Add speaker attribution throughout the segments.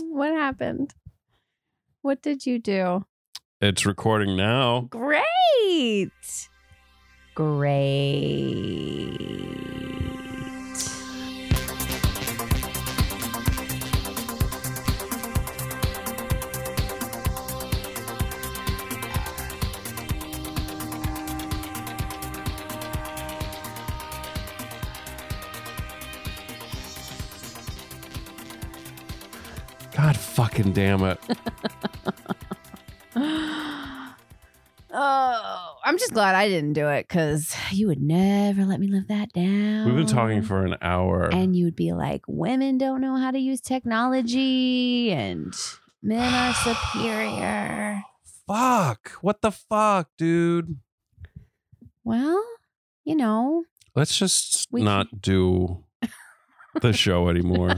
Speaker 1: What happened? What did you do?
Speaker 2: It's recording now.
Speaker 1: Great. Great.
Speaker 2: God fucking damn it.
Speaker 1: Oh, I'm just glad I didn't do it because you would never let me live that down.
Speaker 2: We've been talking for an hour.
Speaker 1: Oh. And you would be like, women don't know how to use technology and men are superior.
Speaker 2: fuck. What the fuck, dude?
Speaker 1: Well, you know,
Speaker 2: Let's just
Speaker 1: We
Speaker 2: not do the show anymore.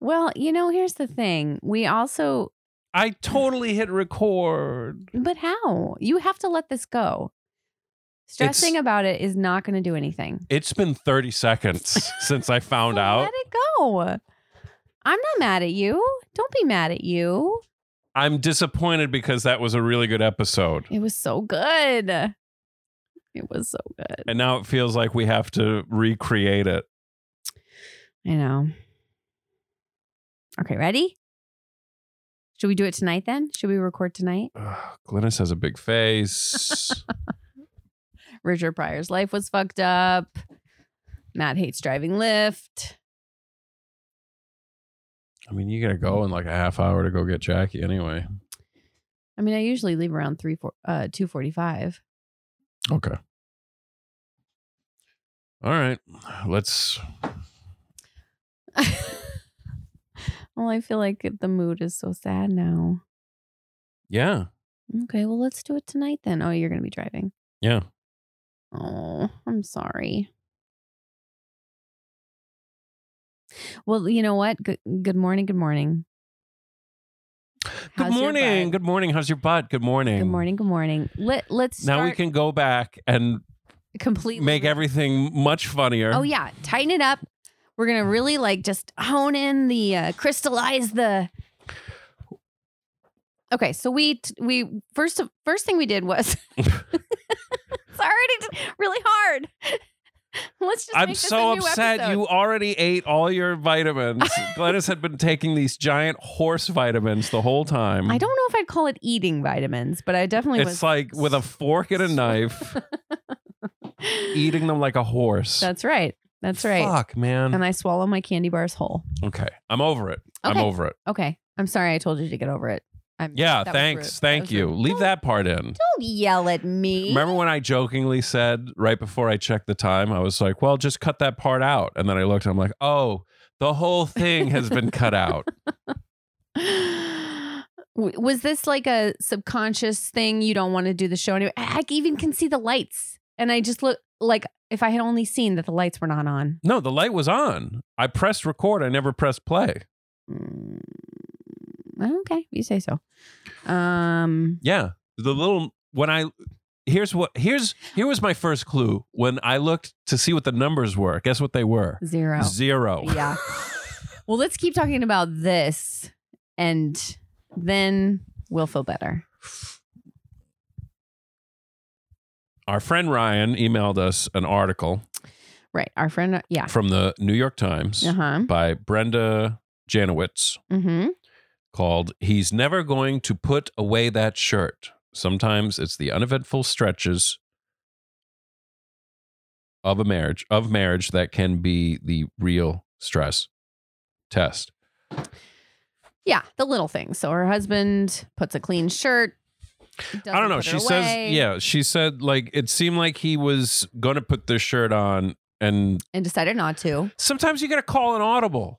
Speaker 1: well, you know, here's the thing. We also,
Speaker 2: I totally hit record.
Speaker 1: but how? You have to let this go. Stressing
Speaker 2: It's-
Speaker 1: about it is not going to do anything.
Speaker 2: It's been 30 seconds since I found
Speaker 1: So
Speaker 2: out.
Speaker 1: Let it go. I'm not mad at you. Don't be mad at you.
Speaker 2: I'm disappointed because that was a really good episode.
Speaker 1: It was so good. It was so good.
Speaker 2: And now it feels like we have to recreate it.
Speaker 1: I know. Okay, ready? Should we do it tonight then? Should we record tonight?
Speaker 2: Ugh, Glynis has a big face.
Speaker 1: Richard Pryor's life was fucked up. Matt hates driving Lyft.
Speaker 2: I mean, you gotta go in like a half hour to go get Jackie anyway.
Speaker 1: I mean, I usually leave around three four uh two forty five.
Speaker 2: Okay. All right. Let's
Speaker 1: well, I feel like the mood is so sad now.
Speaker 2: yeah.
Speaker 1: Okay, well let's do it tonight then. Oh, you're gonna be driving.
Speaker 2: Yeah.
Speaker 1: Oh, I'm sorry. Well, you know what? Good, good morning. Good morning.
Speaker 2: Good
Speaker 1: How's your
Speaker 2: morning.
Speaker 1: butt?
Speaker 2: Good morning. How's your butt? Good morning.
Speaker 1: Good morning. Good morning. Let Let's start
Speaker 2: Now we can go back and
Speaker 1: completely
Speaker 2: make everything much funnier.
Speaker 1: Oh yeah, tighten it up. We're gonna really like just hone in the uh, crystallize the. Okay, so we t- we first of- first thing we did was. it's already t- really hard. Let's just.
Speaker 2: I'm
Speaker 1: make this
Speaker 2: so
Speaker 1: a new
Speaker 2: upset.
Speaker 1: episode.
Speaker 2: You already ate all your vitamins. Gladys had been taking these giant horse vitamins the whole time.
Speaker 1: I don't know if I'd call it eating vitamins, but I definitely
Speaker 2: It's
Speaker 1: was
Speaker 2: like with a fork and a knife, eating them like a horse.
Speaker 1: That's right. That's right.
Speaker 2: Fuck, man.
Speaker 1: And I swallow my candy bars whole.
Speaker 2: okay, I'm over it. I'm
Speaker 1: Okay.
Speaker 2: over it.
Speaker 1: Okay, I'm sorry I told you to get over it. I'm,
Speaker 2: Yeah,
Speaker 1: that was rude.
Speaker 2: thanks.
Speaker 1: That
Speaker 2: Thank
Speaker 1: was
Speaker 2: you.
Speaker 1: rude.
Speaker 2: Leave
Speaker 1: Don't-
Speaker 2: that part in.
Speaker 1: Don't yell at me.
Speaker 2: Remember when I jokingly said right before I checked the time, I was like, well, just cut that part out. And then I looked and I'm like, oh, the whole thing has been cut out.
Speaker 1: W- was this like a subconscious thing you don't want to do the show anyway i I even can see the lights and i just look like if i had only seen that the lights were not on
Speaker 2: No, the light was on. I pressed record. I never pressed play.
Speaker 1: Mm, okay you say so um
Speaker 2: Yeah. The little, when I, here's what, here's, here was my first clue. When I looked to see what the numbers were, guess what they were?
Speaker 1: zero
Speaker 2: Zero.
Speaker 1: yeah well let's keep talking about this and then we'll feel better
Speaker 2: Our friend Ryan emailed us an article
Speaker 1: right our friend uh, yeah
Speaker 2: from the New York Times
Speaker 1: uh-huh
Speaker 2: by Brenda Janowitz.
Speaker 1: mm-hmm
Speaker 2: called He's Never Going to Put Away That Shirt. Sometimes it's the uneventful stretches of a marriage of marriage that can be the real stress test.
Speaker 1: yeah the little things so her husband puts a clean shirt
Speaker 2: I don't know.
Speaker 1: doesn't
Speaker 2: She
Speaker 1: put it
Speaker 2: says
Speaker 1: away.
Speaker 2: yeah, she said like it seemed like he was going to put this shirt on and
Speaker 1: and decided not to.
Speaker 2: sometimes you got to call an audible.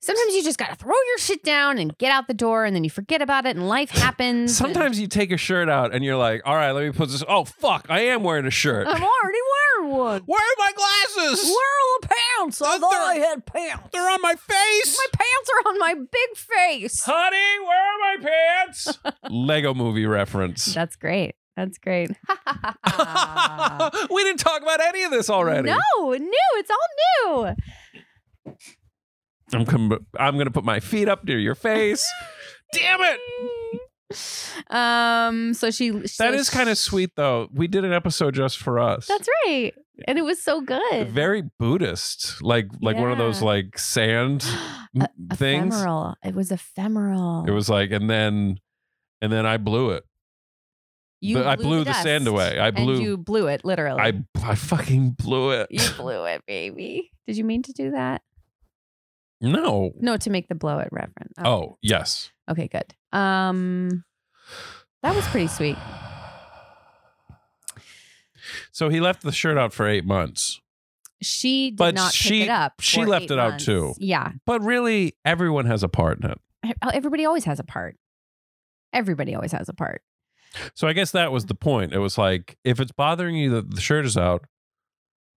Speaker 1: Sometimes you just got to throw your shit down and get out the door and then you forget about it and life happens. and-
Speaker 2: Sometimes you take a shirt out and you're like, "All right, let me put this Oh fuck, I am wearing a shirt.
Speaker 1: I'm already wearing one.
Speaker 2: Where are my glasses?
Speaker 1: Where are the pants? I
Speaker 2: They're-
Speaker 1: thought I had pants.
Speaker 2: They're on my face.
Speaker 1: My pants are on my big face.
Speaker 2: Honey, where are my pants? Lego movie reference.
Speaker 1: That's great. That's great.
Speaker 2: we didn't talk about any of this already.
Speaker 1: No, new. It's all new.
Speaker 2: I'm com- I'm gonna put my feet up near your face. Damn it!
Speaker 1: Um. So she.
Speaker 2: That is kind of sweet though. We did an episode just for us.
Speaker 1: That's right, and it was so good.
Speaker 2: very Buddhist, like like one of those
Speaker 1: Yeah.
Speaker 2: like sand
Speaker 1: E-
Speaker 2: things.
Speaker 1: Ephemeral. It was ephemeral.
Speaker 2: It was like, and then and then I blew it.
Speaker 1: You
Speaker 2: the- I blew the
Speaker 1: dust,
Speaker 2: sand away. I
Speaker 1: and
Speaker 2: blew-
Speaker 1: you blew it literally.
Speaker 2: I I fucking blew it.
Speaker 1: you blew it, baby. Did you mean to do that?
Speaker 2: no.
Speaker 1: No, to make the blow it reference.
Speaker 2: Oh yes.
Speaker 1: Okay, good. Um, that was pretty sweet.
Speaker 2: So he left the shirt out for eight months.
Speaker 1: She did
Speaker 2: But
Speaker 1: not
Speaker 2: she-
Speaker 1: pick it up.
Speaker 2: she
Speaker 1: for
Speaker 2: left
Speaker 1: eight
Speaker 2: it out,
Speaker 1: months.
Speaker 2: too.
Speaker 1: Yeah, oh,
Speaker 2: But really, everyone has a part in it.
Speaker 1: everybody always has a part. Everybody always has a part.
Speaker 2: So I guess that was the point. It was like, if it's bothering you that the shirt is out,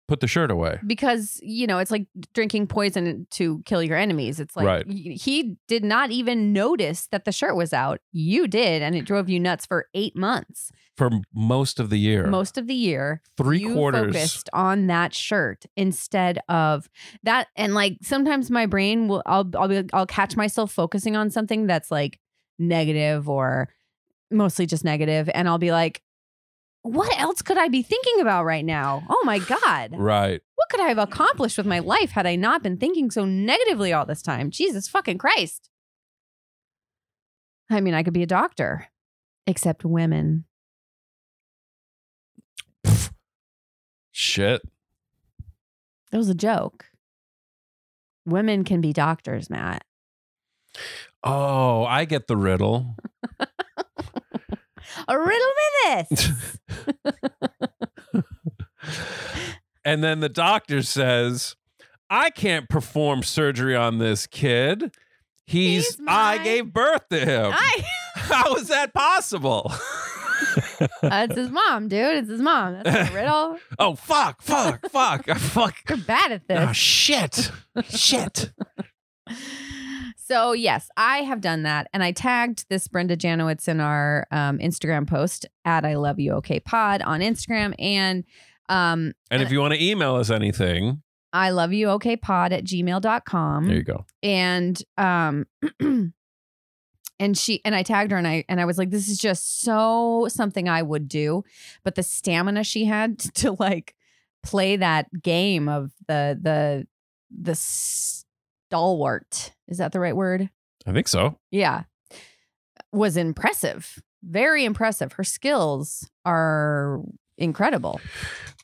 Speaker 2: put the shirt away.
Speaker 1: because you know it's like drinking poison to kill your enemies it's like
Speaker 2: Right.
Speaker 1: y- he did not even notice that the shirt was out you did and it drove you nuts for eight months
Speaker 2: For m- most of the year,
Speaker 1: most of the year
Speaker 2: three
Speaker 1: you
Speaker 2: quarters.
Speaker 1: focused on that shirt instead of that and like sometimes my brain will I'll I'll, be, I'll catch myself focusing on something that's like negative or mostly just negative and I'll be like what else could I be thinking about right now oh my god
Speaker 2: Right.
Speaker 1: what could I have accomplished with my life had I not been thinking so negatively all this time? Jesus fucking Christ. I mean, I could be a doctor, except women.
Speaker 2: Shit.
Speaker 1: That was a joke. Women can be doctors, Matt.
Speaker 2: Oh, I get the riddle.
Speaker 1: A riddle minute.
Speaker 2: and then the doctor says, I can't perform surgery on this kid. He's,
Speaker 1: He's
Speaker 2: I
Speaker 1: mine."
Speaker 2: gave birth to him.
Speaker 1: I,
Speaker 2: How is that possible?
Speaker 1: that's his mom, dude. It's his mom. That's a riddle.
Speaker 2: oh fuck, fuck, fuck, fuck.
Speaker 1: You're bad at
Speaker 2: Oh
Speaker 1: this.
Speaker 2: shit. shit.
Speaker 1: So yes, I have done that, and I tagged this Brenda Janowitz in our um, Instagram post at I Love You OK Pod on Instagram, and um,
Speaker 2: And if you want to email us anything,
Speaker 1: I love you okay pod at gmail.com.
Speaker 2: there you go.
Speaker 1: And um and she and I tagged her and I and I was like, this is just so something I would do. But the stamina she had to like play that game of the the the stalwart. Is that the right word?
Speaker 2: I think so.
Speaker 1: Yeah. Was impressive. Very impressive. Her skills are incredible.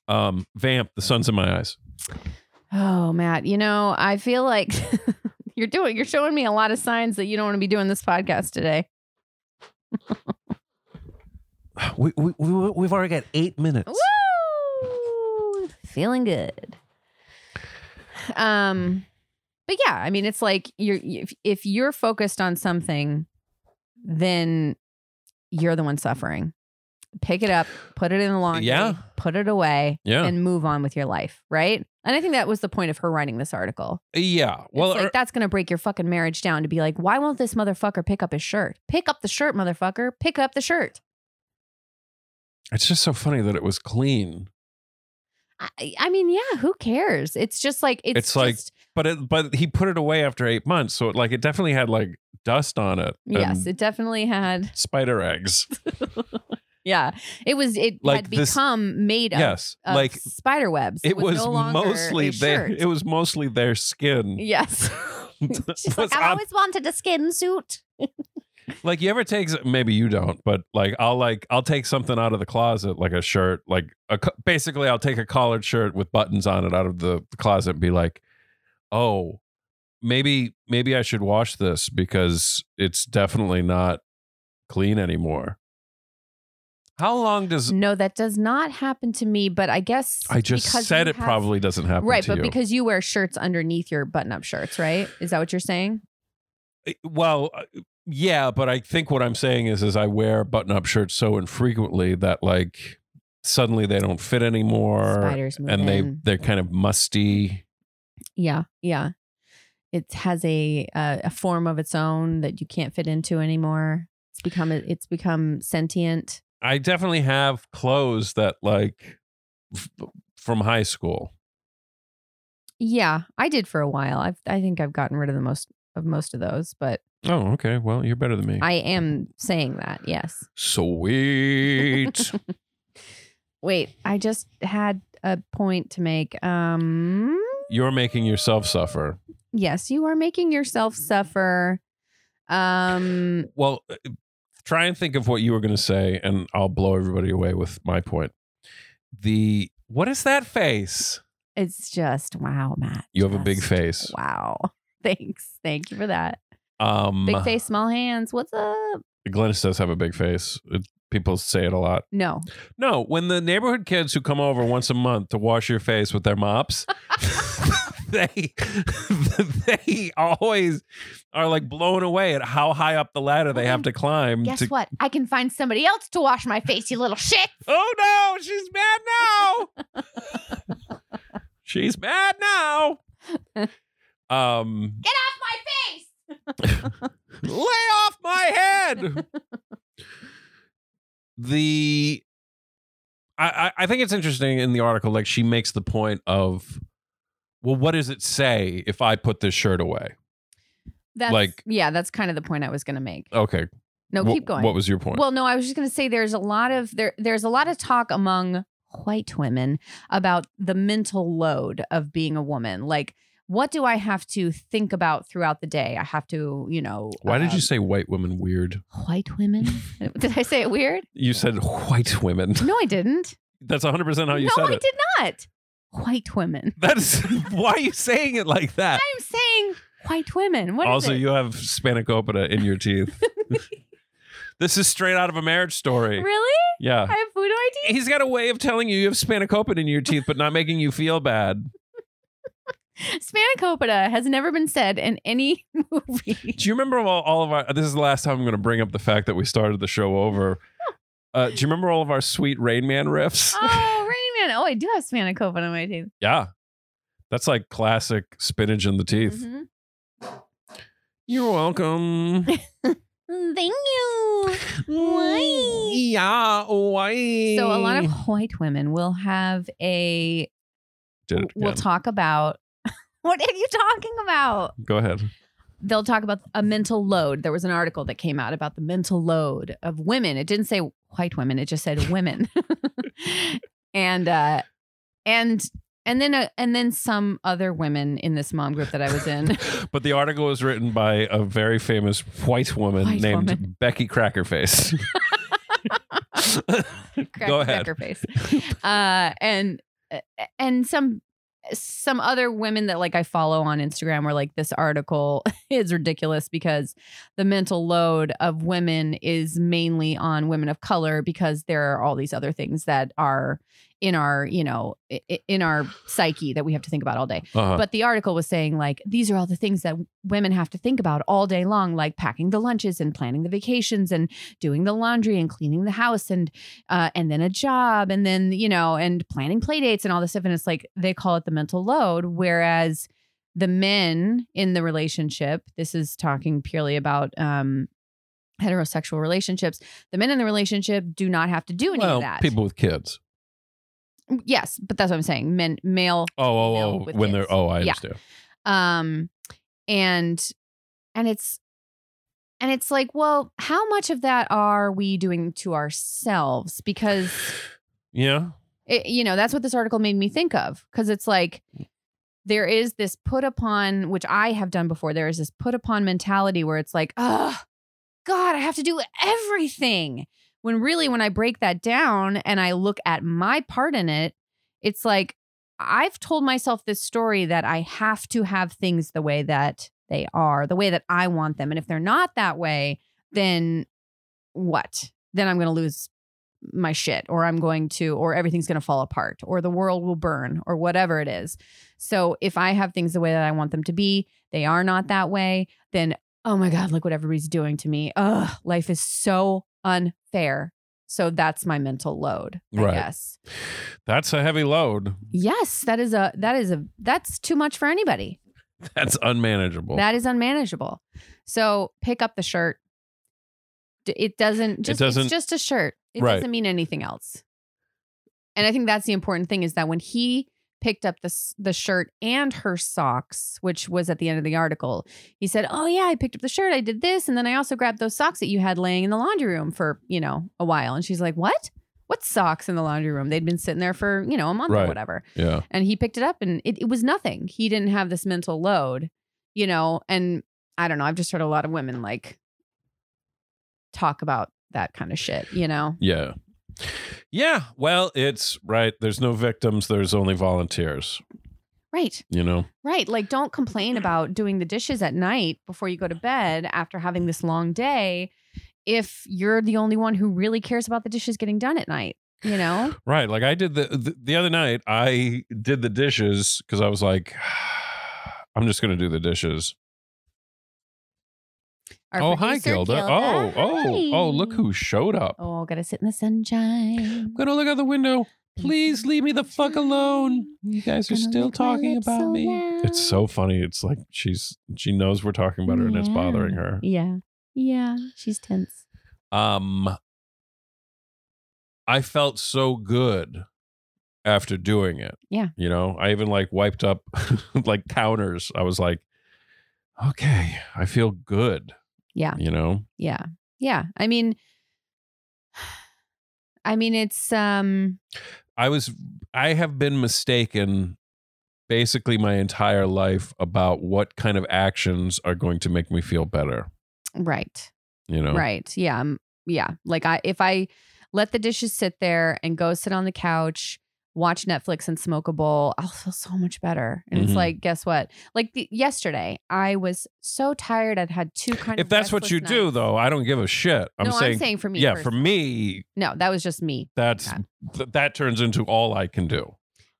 Speaker 2: Um, Vamp, the sun's in my eyes.
Speaker 1: Oh, Matt, you know, I feel like you're doing you're showing me a lot of signs that you don't want to be doing this podcast today.
Speaker 2: We, we, we, we've already got eight minutes.
Speaker 1: Woo! Feeling good. Um but yeah, I mean it's like you're if, if you're focused on something then you're the one suffering. Pick it up, put it in the laundry,
Speaker 2: Yeah.
Speaker 1: put it away
Speaker 2: Yeah.
Speaker 1: and move on with your life, right? And I think that was the point of her writing this article.
Speaker 2: yeah. Well,
Speaker 1: It's like
Speaker 2: er-
Speaker 1: that's gonna break your fucking marriage down to be like, why won't this motherfucker pick up his shirt? Pick up the shirt, motherfucker. Pick up the shirt.
Speaker 2: it's just so funny that it was clean.
Speaker 1: I, I mean, yeah, who cares? It's just like it's,
Speaker 2: It's like-
Speaker 1: just-
Speaker 2: But it, but he put it away after eight months. So, it, like, it definitely had, like, dust on it. and
Speaker 1: yes, it definitely had
Speaker 2: Spider eggs.
Speaker 1: yeah. It was it
Speaker 2: Like
Speaker 1: had
Speaker 2: this-
Speaker 1: become made of,
Speaker 2: yes.
Speaker 1: of
Speaker 2: Like,
Speaker 1: spider webs.
Speaker 2: it was,
Speaker 1: Uh, no longer
Speaker 2: mostly
Speaker 1: a
Speaker 2: their,
Speaker 1: shirt.
Speaker 2: it was mostly their skin.
Speaker 1: yes. She's
Speaker 2: Was
Speaker 1: like, I've
Speaker 2: on-
Speaker 1: always wanted a skin suit.
Speaker 2: Like you ever take maybe you don't, but like I'll like I'll take something out of the closet, like a shirt, like a co- basically I'll take a collared shirt with buttons on it out of the, the closet and be like, "Oh, maybe maybe I should wash this because it's definitely not clean anymore." How long does
Speaker 1: No, that does not happen to me, but I guess
Speaker 2: I just
Speaker 1: because
Speaker 2: said
Speaker 1: you
Speaker 2: it
Speaker 1: have-
Speaker 2: probably doesn't happen
Speaker 1: Right,
Speaker 2: to
Speaker 1: but
Speaker 2: you.
Speaker 1: because you wear shirts underneath your button-up shirts, right? Is that what you're saying?
Speaker 2: well, uh, yeah, but I think what I'm saying is is I wear button-up shirts so infrequently that like suddenly they don't fit anymore.
Speaker 1: spiders move
Speaker 2: and they
Speaker 1: in.
Speaker 2: they're kind of musty.
Speaker 1: yeah yeah it has a uh, a form of its own that you can't fit into anymore it's become a, it's become sentient
Speaker 2: I definitely have clothes that like f- from high school.
Speaker 1: Yeah, I did for a while. I've, I think I've gotten rid of the most of most of those, but
Speaker 2: Oh, okay. Well, you're better than me.
Speaker 1: I am saying that. Yes.
Speaker 2: Sweet.
Speaker 1: Wait, I just had a point to make. Um
Speaker 2: you're making yourself suffer.
Speaker 1: yes, you are making yourself suffer. Um
Speaker 2: Well, uh, try and think of what you were going to say, and I'll blow everybody away with my point. The what is that face?
Speaker 1: it's just wow, Matt.
Speaker 2: You have a big
Speaker 1: Just
Speaker 2: face.
Speaker 1: Wow. Thanks. Thank you for that.
Speaker 2: Um,
Speaker 1: Big face, small hands. What's up?
Speaker 2: Glennis does have a big face. It- people say it a lot.
Speaker 1: No.
Speaker 2: No, when the neighborhood kids who come over once a month to wash your face with their mops, they they always are like blown away at how high up the ladder they have to climb.
Speaker 1: Mm. Guess
Speaker 2: Mm, to,
Speaker 1: what? I can find somebody else to wash my face, you little shit.
Speaker 2: Oh no, she's mad now. she's mad now. Um,
Speaker 1: Get off my face.
Speaker 2: lay off my head. the I, I I think it's interesting in the article, like she makes the point of well, what does it say if I put this shirt away?
Speaker 1: That's
Speaker 2: Like-
Speaker 1: yeah, that's kind of the point I was gonna make.
Speaker 2: Okay.
Speaker 1: No,
Speaker 2: wh-
Speaker 1: keep going.
Speaker 2: What was your point?
Speaker 1: Well, no, I was just going to say there's a lot of there there's a lot of talk among white women about the mental load of being a woman. Like what do I have to think about throughout the day? I have to, you know,
Speaker 2: Why did
Speaker 1: um,
Speaker 2: you say white women weird?
Speaker 1: white women? did I say it weird?
Speaker 2: You said white women.
Speaker 1: No, I didn't.
Speaker 2: That's 100% how you
Speaker 1: no,
Speaker 2: said
Speaker 1: I
Speaker 2: it.
Speaker 1: did not. White women.
Speaker 2: That's why are you saying it like that?
Speaker 1: I'm saying white women. What is
Speaker 2: Uh, also,
Speaker 1: it?
Speaker 2: you have spanakopita in your teeth. this is straight out of a marriage story.
Speaker 1: really?
Speaker 2: Yeah.
Speaker 1: I have voodoo ID.
Speaker 2: He's got a way of telling you you have spanakopita in your teeth, but not making you feel bad.
Speaker 1: Spanakopita has never been said in any movie.
Speaker 2: Do you remember all, all of our? This is the last time I'm going to bring up the fact that we started the show over. Uh, do you remember all of our sweet Rain Man riffs?
Speaker 1: oh, Rain Man. Oh, I do have spanakopita on my teeth.
Speaker 2: Yeah, that's like classic spinach in the teeth.
Speaker 1: Mhm.
Speaker 2: You're welcome.
Speaker 1: Mm, Thank you. Why?
Speaker 2: Yeah, why?
Speaker 1: So a lot of white women will have a.
Speaker 2: did it.
Speaker 1: We'll
Speaker 2: again.
Speaker 1: talk about. What are you talking about?
Speaker 2: Go ahead.
Speaker 1: They'll talk about a mental load. There was an article that came out about the mental load of women. It didn't say white women. It just said women. and uh, and and then uh, and then some other women in this mom group that I was in.
Speaker 2: But the article was written by a very famous white woman
Speaker 1: White
Speaker 2: named
Speaker 1: woman.
Speaker 2: Becky Crackerface.
Speaker 1: crack,
Speaker 2: Go
Speaker 1: Go
Speaker 2: ahead.
Speaker 1: face. uh, and and some some other women that like I follow on Instagram were like, this article is ridiculous because the mental load of women is mainly on women of color because there are all these other things that are in our you know i- i- in our psyche that we have to think about all day
Speaker 2: Uh-huh.
Speaker 1: but the article was saying like these are all the things that women have to think about all day long like packing the lunches and planning the vacations and doing the laundry and cleaning the house and uh, and then a job and then you know and planning play dates and all this stuff and it's like they call it the mental load whereas the men in the relationship this is talking purely about um heterosexual relationships the men in the relationship do not have to do any
Speaker 2: well,
Speaker 1: of that Mm,
Speaker 2: people with kids.
Speaker 1: yes but that's what i'm saying men male
Speaker 2: Oh,
Speaker 1: female
Speaker 2: oh, oh
Speaker 1: with kids.
Speaker 2: when they're oh,
Speaker 1: Yeah.
Speaker 2: I understand.
Speaker 1: um and and it's and it's like well how much of that are we doing to ourselves because
Speaker 2: Yeah,
Speaker 1: it, you know that's what this article made me think of because it's like there is this put upon which i have done before there is this put upon mentality where it's like oh god i have to do everything when really when i break that down and i look at my part in it it's like i've told myself this story that i have to have things the way that they are the way that i want them and if they're not that way then what then i'm going to lose my shit or I'm going to or everything's going to fall apart or the world will burn or whatever it is. So if I have things the way that I want them to be, they are not that way, then oh my god, look what everybody's doing to me. Ugh, life is so unfair. So that's my mental load, I
Speaker 2: Right.
Speaker 1: guess.
Speaker 2: that's a heavy load.
Speaker 1: Yes, that is a that is a that's too much for anybody.
Speaker 2: That's unmanageable.
Speaker 1: That is unmanageable. So pick up the shirt. D- It doesn't just
Speaker 2: doesn't-
Speaker 1: it's just a shirt. It
Speaker 2: Right.
Speaker 1: doesn't mean anything else. And I think that's the important thing is that when he picked up the s- the shirt and her socks, which was at the end of the article. He said, "Oh yeah, I picked up the shirt. I did this, and then I also grabbed those socks that you had laying in the laundry room for you know a while." And she's like, "What? What socks in the laundry room? They'd been sitting there for you know a month
Speaker 2: Right.
Speaker 1: or whatever."
Speaker 2: Yeah.
Speaker 1: And he picked it up, and it, it was nothing. He didn't have this mental load, you know. And I don't know. I've just heard a lot of women like talk about that kind of shit, you know.
Speaker 2: Yeah. Yeah. Well, it's right. There's no victims. There's only volunteers,
Speaker 1: Right.
Speaker 2: you know?
Speaker 1: Right. Like, don't complain about doing the dishes at night before you go to bed after having this long day if you're the only one who really cares about the dishes getting done at night, you know?
Speaker 2: Right. Like I did the the, the other night, I did the dishes because I was like, I'm just going to do the dishes.
Speaker 1: Our
Speaker 2: oh, hi,
Speaker 1: producer,
Speaker 2: Gilda. Oh, oh, oh, look
Speaker 1: Hi.
Speaker 2: who showed up.
Speaker 1: Oh, gotta sit in the sunshine.
Speaker 2: I'm going to look out the window. Please leave me the fuck alone. You guys are
Speaker 1: Gonna
Speaker 2: still
Speaker 1: make my
Speaker 2: talking
Speaker 1: lips
Speaker 2: about
Speaker 1: so
Speaker 2: me. It's
Speaker 1: loud.
Speaker 2: so funny. It's like she's she knows we're talking about her and it's
Speaker 1: Yeah.
Speaker 2: bothering her.
Speaker 1: Yeah. Yeah. She's tense.
Speaker 2: Um I felt so good after doing it.
Speaker 1: Yeah.
Speaker 2: You know, I even like wiped up like counters. I was like, okay, I feel good.
Speaker 1: Yeah.
Speaker 2: You know?
Speaker 1: Yeah. Yeah. I mean, I mean, it's, um,
Speaker 2: I was I have been mistaken basically my entire life about what kind of actions are going to make me feel better.
Speaker 1: right.
Speaker 2: You know?
Speaker 1: Right. Yeah. um, yeah. Like I if I let the dishes sit there and go sit on the couch, watch Netflix and smoke a bowl, I'll feel so much better. And
Speaker 2: Mhm.
Speaker 1: it's like, guess what? Like the, yesterday, I was so tired. I'd had two kind of
Speaker 2: If that's what you
Speaker 1: restless
Speaker 2: do
Speaker 1: nights.
Speaker 2: though, I don't give a shit. I'm
Speaker 1: no,
Speaker 2: saying
Speaker 1: I'm saying for me.
Speaker 2: yeah,
Speaker 1: first.
Speaker 2: for me,
Speaker 1: no, that was just me.
Speaker 2: that's
Speaker 1: Okay.
Speaker 2: th- that turns into all I can do.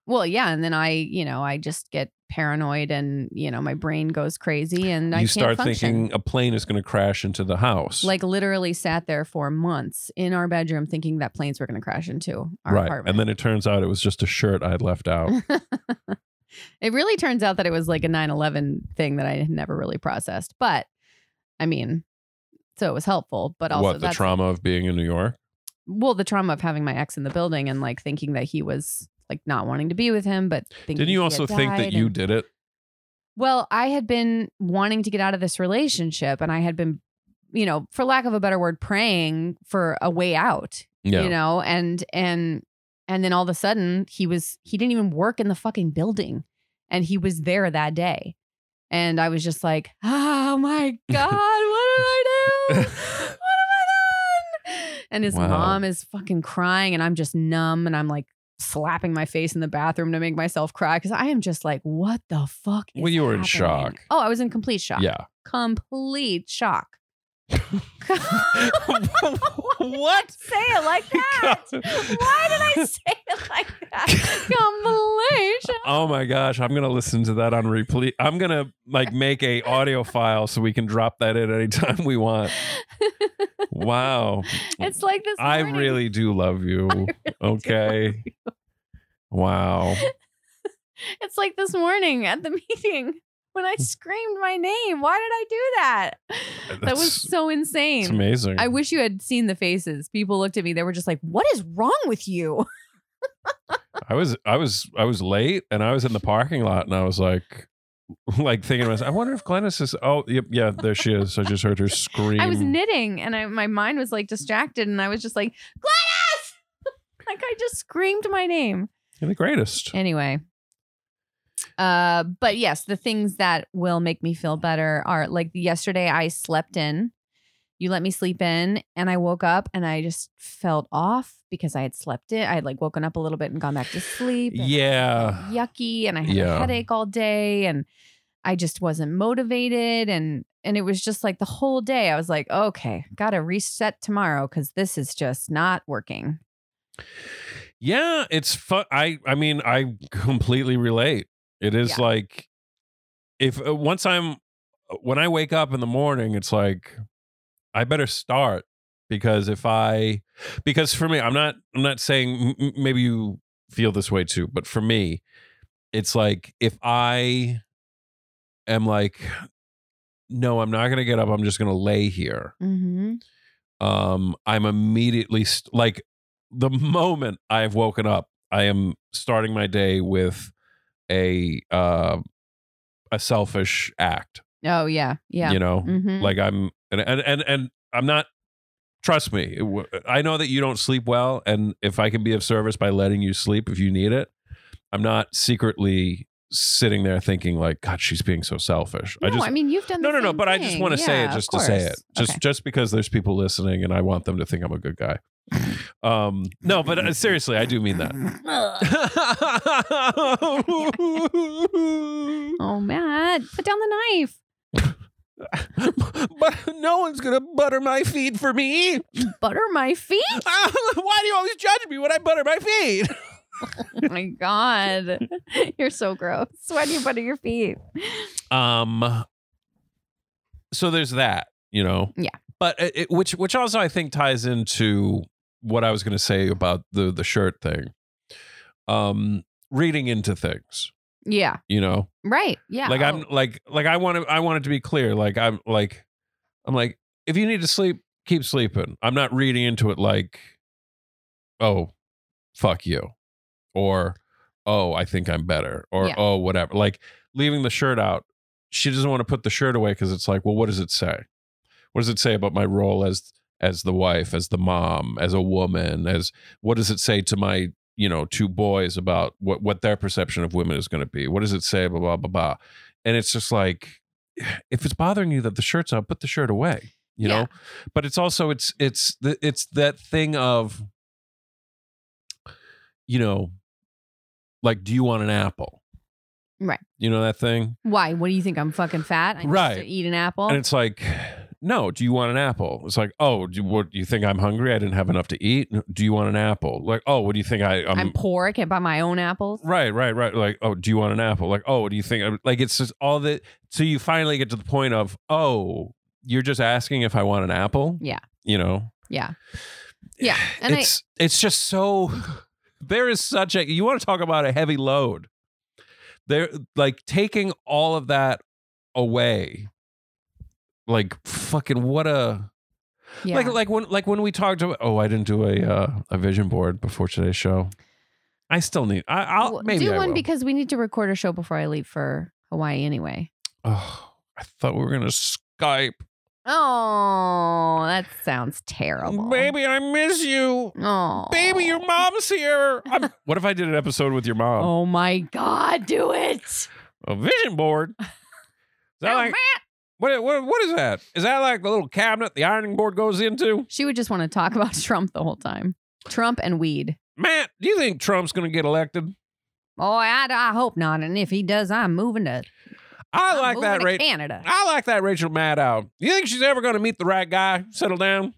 Speaker 1: Well, yeah, and then I, you know, I just get paranoid and you know my brain goes crazy and I
Speaker 2: you
Speaker 1: can't
Speaker 2: start
Speaker 1: function.
Speaker 2: thinking a plane is going to crash into the house.
Speaker 1: like literally sat there for months in our bedroom thinking that planes were going to crash into our
Speaker 2: right.
Speaker 1: apartment.
Speaker 2: And oh. then it turns out it was just a shirt I had left out.
Speaker 1: it really turns out that it was like a 9-11 thing that i had never really processed but i mean so it was helpful but also
Speaker 2: what, the
Speaker 1: that's
Speaker 2: trauma of being in New York?
Speaker 1: well the trauma of having my ex in the building and like thinking that he was like not wanting to be with him but thinking
Speaker 2: Didn't you
Speaker 1: he
Speaker 2: also
Speaker 1: had
Speaker 2: think that
Speaker 1: died
Speaker 2: you
Speaker 1: and-
Speaker 2: did it?
Speaker 1: well i had been wanting to get out of this relationship and i had been you know for lack of a better word praying for a way out
Speaker 2: Yeah.
Speaker 1: you know and and and then all of a sudden he was he didn't even work in the fucking building and he was there that day and i was just like oh my god what did i do what have i done and his
Speaker 2: Wow.
Speaker 1: mom is fucking crying and i'm just numb and i'm like slapping my face in the bathroom to make myself cry because i am just like what the fuck is
Speaker 2: Well, you were in
Speaker 1: happening?
Speaker 2: shock.
Speaker 1: oh i was in complete shock
Speaker 2: Yeah.
Speaker 1: complete shock
Speaker 2: what?
Speaker 1: say it like that why did I say it like that? Compilation.
Speaker 2: Oh my gosh, I'm gonna listen to that on replay. I'm gonna like make a audio file so we can drop that in anytime we want. Wow.
Speaker 1: It's like this.
Speaker 2: I
Speaker 1: morning.
Speaker 2: really do love you. okay. Wow.
Speaker 1: It's like this morning at the meeting when I screamed my name. Why did I do that? that was
Speaker 2: That's-
Speaker 1: so insane.
Speaker 2: It's amazing.
Speaker 1: I wish you had seen the faces. People looked at me. They were just like, "What is wrong with you?"
Speaker 2: I was I was I was late and I was in the parking lot and I was like like thinking to myself, I wonder if Glennis is oh yep, yeah, there she is. I just heard her scream.
Speaker 1: I was knitting, and I, my mind was like distracted, and I was just like, "Gladys!" like I just screamed my name.
Speaker 2: You're the greatest.
Speaker 1: Anyway. Uh, but yes, the things that will make me feel better are like yesterday I slept in. You let me sleep in and I woke up and I just felt off because I had slept in. I had like woken up a little bit and gone back to sleep. and
Speaker 2: Yeah.
Speaker 1: yucky and I had
Speaker 2: Yeah.
Speaker 1: a headache all day and I just wasn't motivated and and it was just like the whole day I was like, okay, gotta reset tomorrow because this is just not working.
Speaker 2: Yeah, it's fun. I I mean, I completely relate. It is
Speaker 1: Yeah.
Speaker 2: like if uh, once I'm uh, when I wake up in the morning, it's like I better start because if I because for me, I'm not I'm not saying m- m- maybe you feel this way too, but for me, it's like if I am like no, I'm not going to get up. I'm just going to lay here
Speaker 1: Mm-hmm.
Speaker 2: um i'm immediately st- like the moment i've woken up i am starting my day with a uh, a selfish act.
Speaker 1: Oh yeah, yeah.
Speaker 2: You know,
Speaker 1: Mhm.
Speaker 2: like I'm and and and, and I'm not. Trust me, it w- I know that you don't sleep well, and if I can be of service by letting you sleep if you need it, I'm not secretly sitting there thinking like, God, she's being so selfish.
Speaker 1: no, I,
Speaker 2: I just
Speaker 1: mean you've done
Speaker 2: no,
Speaker 1: the
Speaker 2: no, no.
Speaker 1: same
Speaker 2: But I just
Speaker 1: thing.
Speaker 2: want to say
Speaker 1: Yeah,
Speaker 2: it
Speaker 1: of
Speaker 2: just to say
Speaker 1: course.
Speaker 2: it, just
Speaker 1: Okay.
Speaker 2: just because there's people listening, and I want them to think I'm a good guy. um, no, but uh, seriously, I do mean that.
Speaker 1: oh Matt, put down the knife.
Speaker 2: but no one's gonna butter my feet for me.
Speaker 1: Butter my feet.
Speaker 2: Why do you always judge me when I butter my feet?
Speaker 1: Oh my god, you're so gross. Why do you butter your feet?
Speaker 2: Um. So there's that, you know.
Speaker 1: Yeah.
Speaker 2: But it, it- which which also I think ties into what I was going to say about the the shirt thing. Um, reading into things,
Speaker 1: Yeah,
Speaker 2: you know.
Speaker 1: right. Yeah.
Speaker 2: Like I'm
Speaker 1: Oh,
Speaker 2: like like I want to I want it to be clear. Like I'm like I'm like if you need to sleep, keep sleeping. I'm not reading into it like, oh, fuck you, or oh, I think I'm better, or
Speaker 1: Yeah.
Speaker 2: oh, whatever. Like leaving the shirt out. She doesn't want to put the shirt away because it's like, well, what does it say? What does it say about my role as as the wife, as the mom, as a woman, as what does it say to my you know two boys about what what their perception of women is going to be? What does it say? Blah blah blah blah. And it's just like, if it's bothering you that the shirt's out, put the shirt away. You
Speaker 1: Yeah.
Speaker 2: know, but it's also it's it's the, it's that thing of you know like do you want an apple
Speaker 1: Right.
Speaker 2: you know that thing
Speaker 1: Why? What do you think? I'm fucking fat. I
Speaker 2: Right.
Speaker 1: Need to eat an apple.
Speaker 2: and it's like no do you want an apple it's like oh do you, what do you think i'm hungry i didn't have enough to eat No, do you want an apple like oh what do you think i i'm,
Speaker 1: I'm, poor. I can't buy my own apples.
Speaker 2: right right right like oh do you want an apple like oh do you think I'm-" like it's just all that so you finally get to the point of oh you're just asking if i want an apple
Speaker 1: Yeah.
Speaker 2: you know
Speaker 1: Yeah. Yeah, and I-
Speaker 2: it's it's just so there is such a you want to talk about a heavy load there like taking all of that away like fucking what a
Speaker 1: Yeah.
Speaker 2: like like when like when we talked about oh I didn't do a uh, a vision board before today's show I still need I, I'll
Speaker 1: Well,
Speaker 2: maybe
Speaker 1: do
Speaker 2: I
Speaker 1: one
Speaker 2: will.
Speaker 1: because we need to record a show before I leave for Hawaii anyway.
Speaker 2: oh I thought we were gonna Skype
Speaker 1: Oh, that sounds terrible.
Speaker 2: baby I miss you
Speaker 1: Oh.
Speaker 2: baby your mom's here I'm, what if I did an episode with your mom
Speaker 1: Oh my God, do it.
Speaker 2: a vision board is that
Speaker 1: Oh,
Speaker 2: like
Speaker 1: man.
Speaker 2: What, what what is that? Is that like the little cabinet the ironing board goes into?
Speaker 1: She would just want to talk about Trump the whole time. Trump and weed.
Speaker 2: Matt, do you think Trump's going to get elected?
Speaker 1: Oh, I, I hope not. And if he does, I'm moving to,
Speaker 2: I
Speaker 1: I'm
Speaker 2: like
Speaker 1: moving
Speaker 2: that
Speaker 1: to
Speaker 2: Rachel.
Speaker 1: Canada.
Speaker 2: I like that Rachel Maddow. You think she's ever going to meet the right guy, settle down?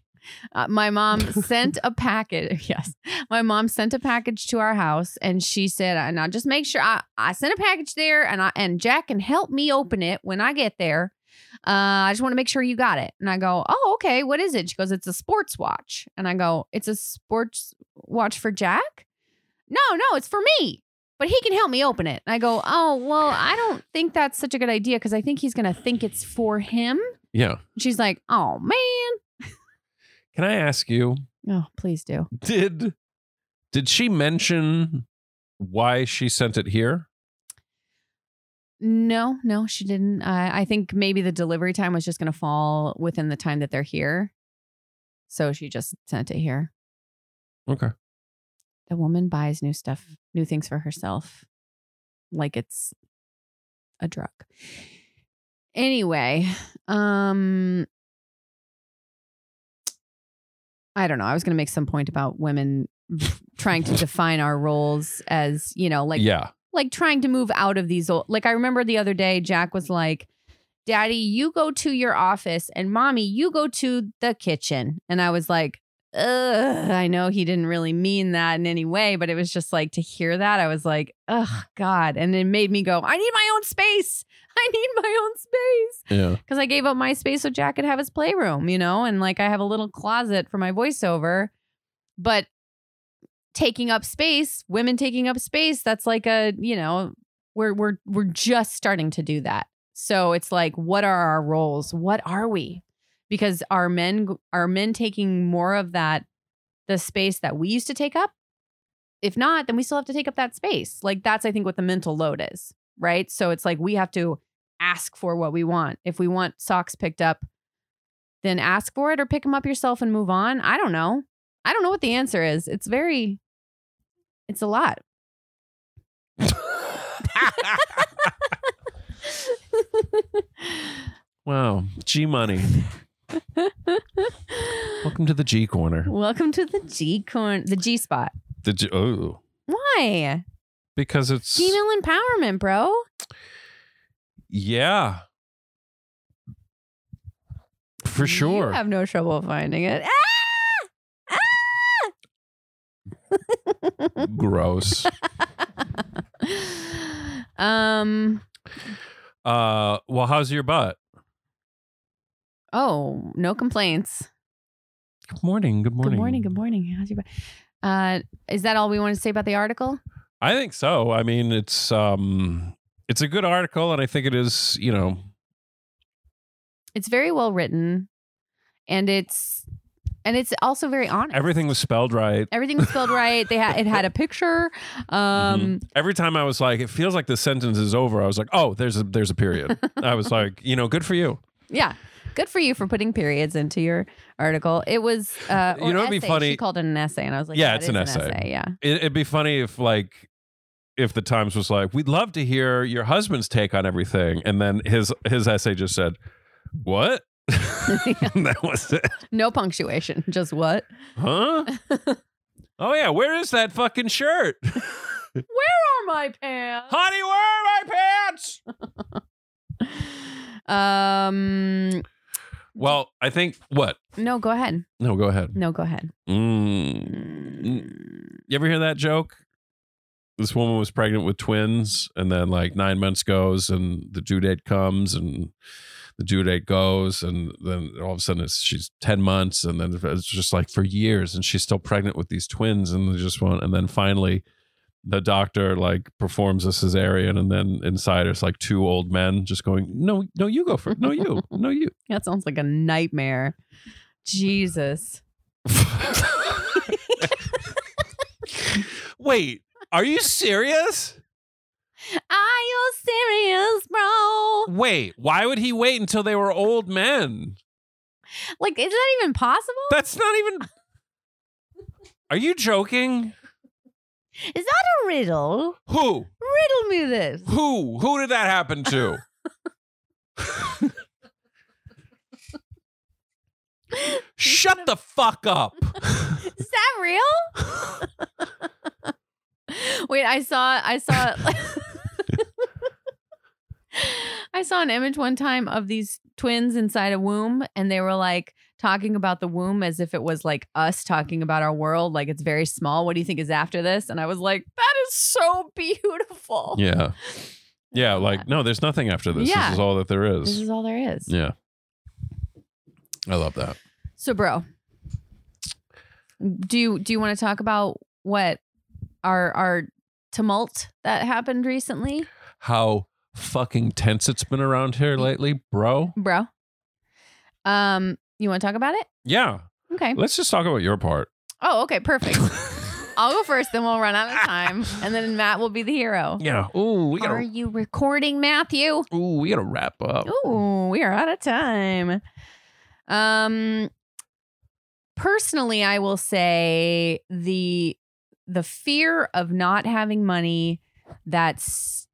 Speaker 1: Uh, my mom sent a package. Yes. My mom sent a package to our house and she said, and I just make sure I, I sent a package there and I and Jack can help me open it when I get there. Uh, I just want to make sure you got it. And I go, Oh, okay. What is it? She goes, It's a sports watch. And I go, It's a sports watch for Jack? No, no, it's for me. But he can help me open it. And I go, Oh, well, I don't think that's such a good idea because I think he's going to think it's for him.
Speaker 2: Yeah.
Speaker 1: And she's like, Oh, man.
Speaker 2: Can I ask you,
Speaker 1: Oh, please do.
Speaker 2: did did she mention why she sent it here?
Speaker 1: No, no, she didn't. I, I think maybe the delivery time was just going to fall within the time that they're here. So she just sent it here.
Speaker 2: Okay.
Speaker 1: The woman buys new stuff, new things for herself, like it's a drug. Anyway, um, I don't know. I was going to make some point about women trying to define our roles as, you know, like
Speaker 2: yeah.
Speaker 1: like trying to move out of these old like I remember the other day Jack was like Daddy, you go to your office and mommy, you go to the kitchen. And I was like, Ugh, I know he didn't really mean that in any way, but it was just like to hear that, I was like, Ugh, God. And it made me go, I need my own space. I need my own space.
Speaker 2: Yeah.
Speaker 1: Because I gave up my space so Jack could have his playroom, you know? And like I have a little closet for my voiceover. But taking up space, women taking up space, that's like a, you know, we're we're we're just starting to do that. So it's like what are our roles? What are we? Because are men are men taking more of that the space that we used to take up? if not, then we still have to take up that space. Like that's I think what the mental load is, right? So it's like we have to ask for what we want. If we want socks picked up, then ask for it or pick them up yourself and move on. I don't know. I don't know what the answer is. It's very it's a lot.
Speaker 2: wow. G money. Welcome to the G corner.
Speaker 1: Welcome to the G corn, the G spot.
Speaker 2: The G- oh,
Speaker 1: Why?
Speaker 2: because it's
Speaker 1: Female empowerment, bro.
Speaker 2: yeah, for
Speaker 1: You
Speaker 2: sure.
Speaker 1: have no trouble finding it. Ah!
Speaker 2: Gross.
Speaker 1: Ah! um.
Speaker 2: Uh, well, how's your butt?
Speaker 1: Oh, no complaints.
Speaker 2: Good morning. Good morning.
Speaker 1: Good morning. Good morning. How's your? Uh, is that all we want to say about the article?
Speaker 2: I think so. I mean, it's um, it's a good article, and I think it is. You know,
Speaker 1: It's very well written, and it's and it's also very honest.
Speaker 2: everything was spelled right.
Speaker 1: Everything was spelled right. They had it had a picture.
Speaker 2: Mm-hmm.
Speaker 1: Um,
Speaker 2: Every time I was like, it feels like the sentence is over. I was like, oh, there's a there's a period. I was like, you know, good for you.
Speaker 1: yeah, good for you for putting periods into your article. It was uh,
Speaker 2: You
Speaker 1: or
Speaker 2: know what'd be
Speaker 1: essay.
Speaker 2: funny?
Speaker 1: She called it an essay, and I was like,
Speaker 2: Yeah,
Speaker 1: that
Speaker 2: it's
Speaker 1: is
Speaker 2: an essay.
Speaker 1: Yeah,
Speaker 2: It, it'd be funny if like if the Times was like, we'd love to hear your husband's take on everything, and then his his essay just said, what? that was it,
Speaker 1: no punctuation, just what?
Speaker 2: huh? oh yeah, where is that fucking shirt,
Speaker 1: Where are my pants?
Speaker 2: honey? Where are my pants?
Speaker 1: Um,
Speaker 2: Well, I think what?
Speaker 1: no, go ahead.
Speaker 2: No, go ahead.
Speaker 1: No, go ahead.
Speaker 2: Mm. You ever hear that joke? This woman was pregnant with twins, and then like nine months goes, and the due date comes, and the due date goes, and then all of a sudden it's, she's ten months, and then it's just like for years, and she's still pregnant with these twins, and they just want, and then finally. The doctor like performs a cesarean, and then inside it's like two old men just going, "No, no, you go first. No, you, no, you."
Speaker 1: That sounds like a nightmare. Jesus.
Speaker 2: Wait, are you serious?
Speaker 1: Are you serious, bro?
Speaker 2: Wait, why would he wait until they were old men?
Speaker 1: Like, is that even possible?
Speaker 2: That's not even. Are you joking?
Speaker 1: Is that a riddle?
Speaker 2: Who?
Speaker 1: Riddle me this.
Speaker 2: Who? Who did that happen to? Shut the fuck up.
Speaker 1: Is that real? Wait, I saw I saw I saw an image one time of these twins inside a womb and they were like talking about the womb as if it was like us talking about our world like it's very small. What do you think is after this? And I was like, that is so beautiful.
Speaker 2: Yeah. Yeah, like, no, there's nothing after this.
Speaker 1: Yeah.
Speaker 2: This is all that there
Speaker 1: This
Speaker 2: is.
Speaker 1: is all there is.
Speaker 2: Yeah. I love that.
Speaker 1: So, bro, do you do you want to talk about what our our tumult that happened recently,
Speaker 2: How fucking tense it's been around here lately, bro.
Speaker 1: bro? Um, you want to talk about it?
Speaker 2: Yeah.
Speaker 1: Okay.
Speaker 2: Let's just talk about your part.
Speaker 1: Oh, okay, perfect. I'll go first, then we'll run out of time, and then Matt will be the hero.
Speaker 2: Yeah. Ooh, we
Speaker 1: Are
Speaker 2: gotta
Speaker 1: you recording, Matthew?
Speaker 2: ooh, we gotta wrap up.
Speaker 1: Ooh, we are out of time. Um personally, I will say the the fear of not having money that's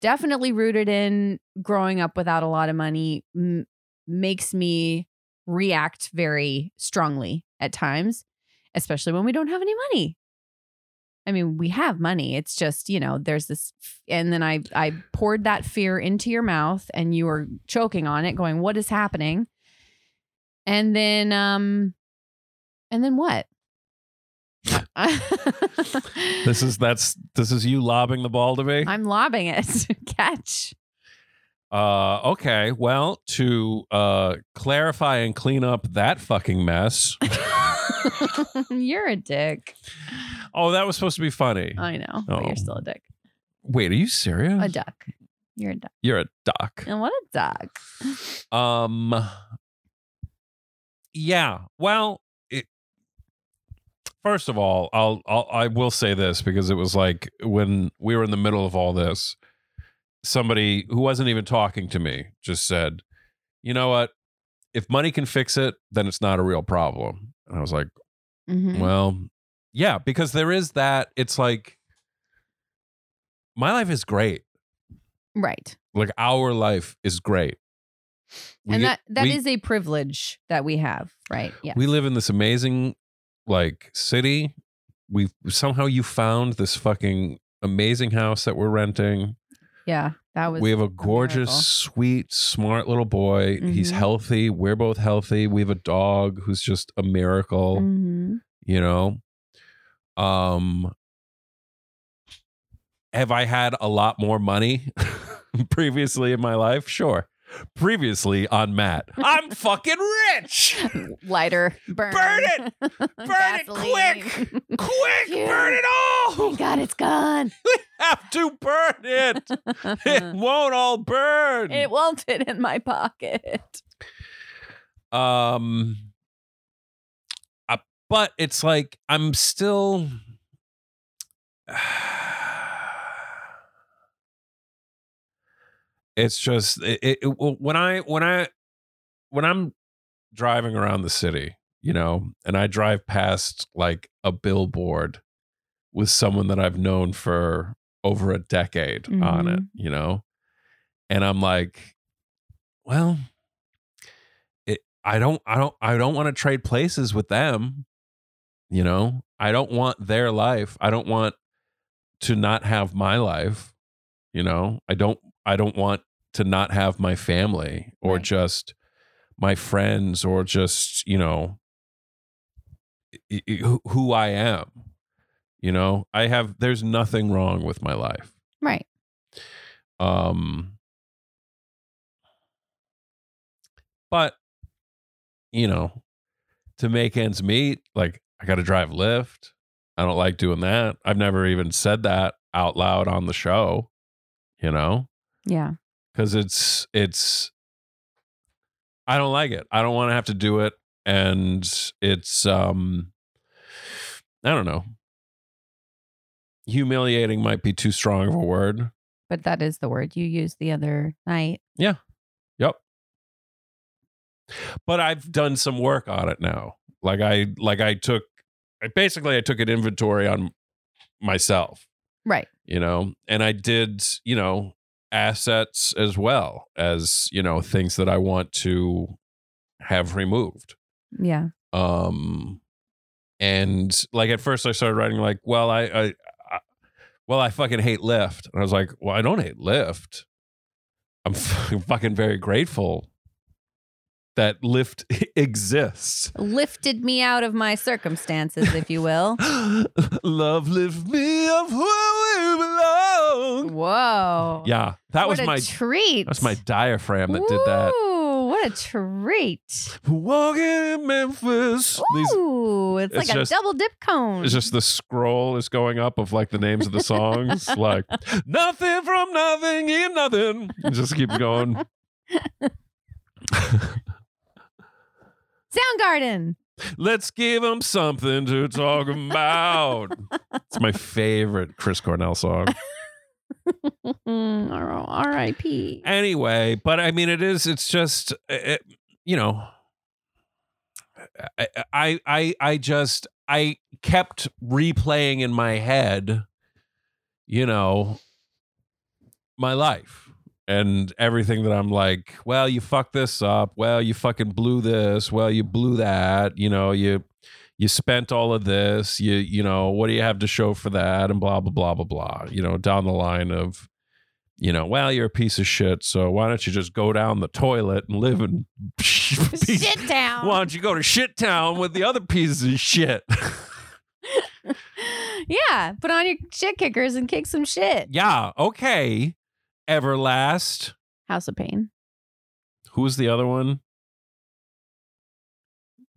Speaker 1: definitely rooted in growing up without a lot of money m- makes me react very strongly at times, especially when we don't have any money. I mean, we have money. It's just, you know, there's this f- and then I I poured that fear into your mouth and you were choking on it going, "What is happening?" And then um and then what?
Speaker 2: This is that's this is you lobbing the ball to me.
Speaker 1: I'm lobbing it. Catch.
Speaker 2: Uh okay. Well, to uh clarify and clean up that fucking mess.
Speaker 1: You're a dick.
Speaker 2: oh, that was supposed to be funny.
Speaker 1: I know, but
Speaker 2: Oh.
Speaker 1: you're still a dick.
Speaker 2: Wait, are you serious?
Speaker 1: A duck. You're a duck.
Speaker 2: You're a duck.
Speaker 1: And what a duck.
Speaker 2: Um. Yeah. Well, it, first of all, I'll, I'll I will say this because it was like when we were in the middle of all this, somebody who wasn't even talking to me just said, "You know what? If money can fix it, then it's not a real problem." And I was like,
Speaker 1: Mhm.
Speaker 2: "Well, yeah, because there is that. It's like my life is great.
Speaker 1: right.
Speaker 2: Like our life is great." We
Speaker 1: and
Speaker 2: get-
Speaker 1: that that is
Speaker 2: we-
Speaker 1: a privilege that we have, right? Yeah.
Speaker 2: We live in this amazing like city. We somehow you found this fucking amazing house that we're renting.
Speaker 1: yeah. That was
Speaker 2: We have a gorgeous,
Speaker 1: miracle.
Speaker 2: sweet, smart little boy. He's
Speaker 1: Mhm.
Speaker 2: healthy. We're both healthy. We have a dog who's just a miracle,
Speaker 1: Mhm.
Speaker 2: you know. Um have I had a lot more money previously in my life? Sure. Previously on Matt. I'm fucking rich.
Speaker 1: lighter burn.
Speaker 2: Burn it! Burn it quick!
Speaker 1: Gasoline.
Speaker 2: Quick,
Speaker 1: Yeah.
Speaker 2: burn it all!
Speaker 1: Thank God it's gone.
Speaker 2: Have to burn it. It won't all burn.
Speaker 1: Uh-huh. it won't fit in my pocket.
Speaker 2: um, uh, but it's like I'm still. It's just it, it, it- when I when I when I'm driving around the city, you know, and I drive past like a billboard with someone that I've known for over a decade on it,
Speaker 1: Mhm.
Speaker 2: you know. And I'm like, well, it I don't I don't I don't want to trade places with them, you know. I don't want their life. I don't want to not have my life, you know. I don't I don't want to not have my family or
Speaker 1: Right.
Speaker 2: just my friends or just, you know, i- i- who- who I am. You know, I have there's nothing wrong with my life.
Speaker 1: Right.
Speaker 2: Um, but you know, to make ends meet, like I got to drive Lyft. I don't like doing that. I've never even said that out loud on the show, you know,
Speaker 1: Yeah.
Speaker 2: because it's it's. I don't like it. I don't want to have to do it, and it's um. I don't know. Humiliating might be too strong of a word.
Speaker 1: But that is the word you used the other night.
Speaker 2: but I've done some work on it now. Like I like I took I basically I took an inventory on myself,
Speaker 1: Right.
Speaker 2: you know, and I did, you know, assets as well as, you know, things that I want to have removed.
Speaker 1: Yeah.
Speaker 2: Um and like at first I started writing like, well, I I, I well, I fucking hate Lyft. And I was like, well, I don't hate Lyft. I'm fucking fucking very grateful that Lyft exists.
Speaker 1: Lifted me out of my circumstances, if you will.
Speaker 2: Love lift me up where we belong.
Speaker 1: Whoa.
Speaker 2: Yeah, that
Speaker 1: What
Speaker 2: was
Speaker 1: a
Speaker 2: my
Speaker 1: treat.
Speaker 2: that's my diaphragm that did that.
Speaker 1: Ooh, what a treat.
Speaker 2: Walking in Memphis. These-
Speaker 1: Ooh, it's,
Speaker 2: it's
Speaker 1: like
Speaker 2: just-
Speaker 1: a double dip cone.
Speaker 2: It's just the scroll is going up of like the names of the songs, like nothing from nothing in nothing. It just keeps going.
Speaker 1: Soundgarden.
Speaker 2: Let's give them something to talk about. It's my favorite Chris Cornell song.
Speaker 1: Mm, R- R.I.P.
Speaker 2: Anyway, but I mean, it is. It's just, it, you know, I, I, I, I just, I kept replaying in my head, you know, my life and everything that I'm like, well, you fucked this up. Well, you fucking blew this. Well, you blew that. You know, you you spent all of this. You you know, what do you have to show for that? And blah blah blah blah blah. You know, down the line of, you know, well, you're a piece of shit. So why don't you just go down the toilet and live in peace?
Speaker 1: Sit down.
Speaker 2: Why don't you go to shit town with the other pieces of shit?
Speaker 1: yeah, put on your shit kickers and kick some shit.
Speaker 2: yeah, okay. Everlast.
Speaker 1: House of Pain.
Speaker 2: Who was the other one?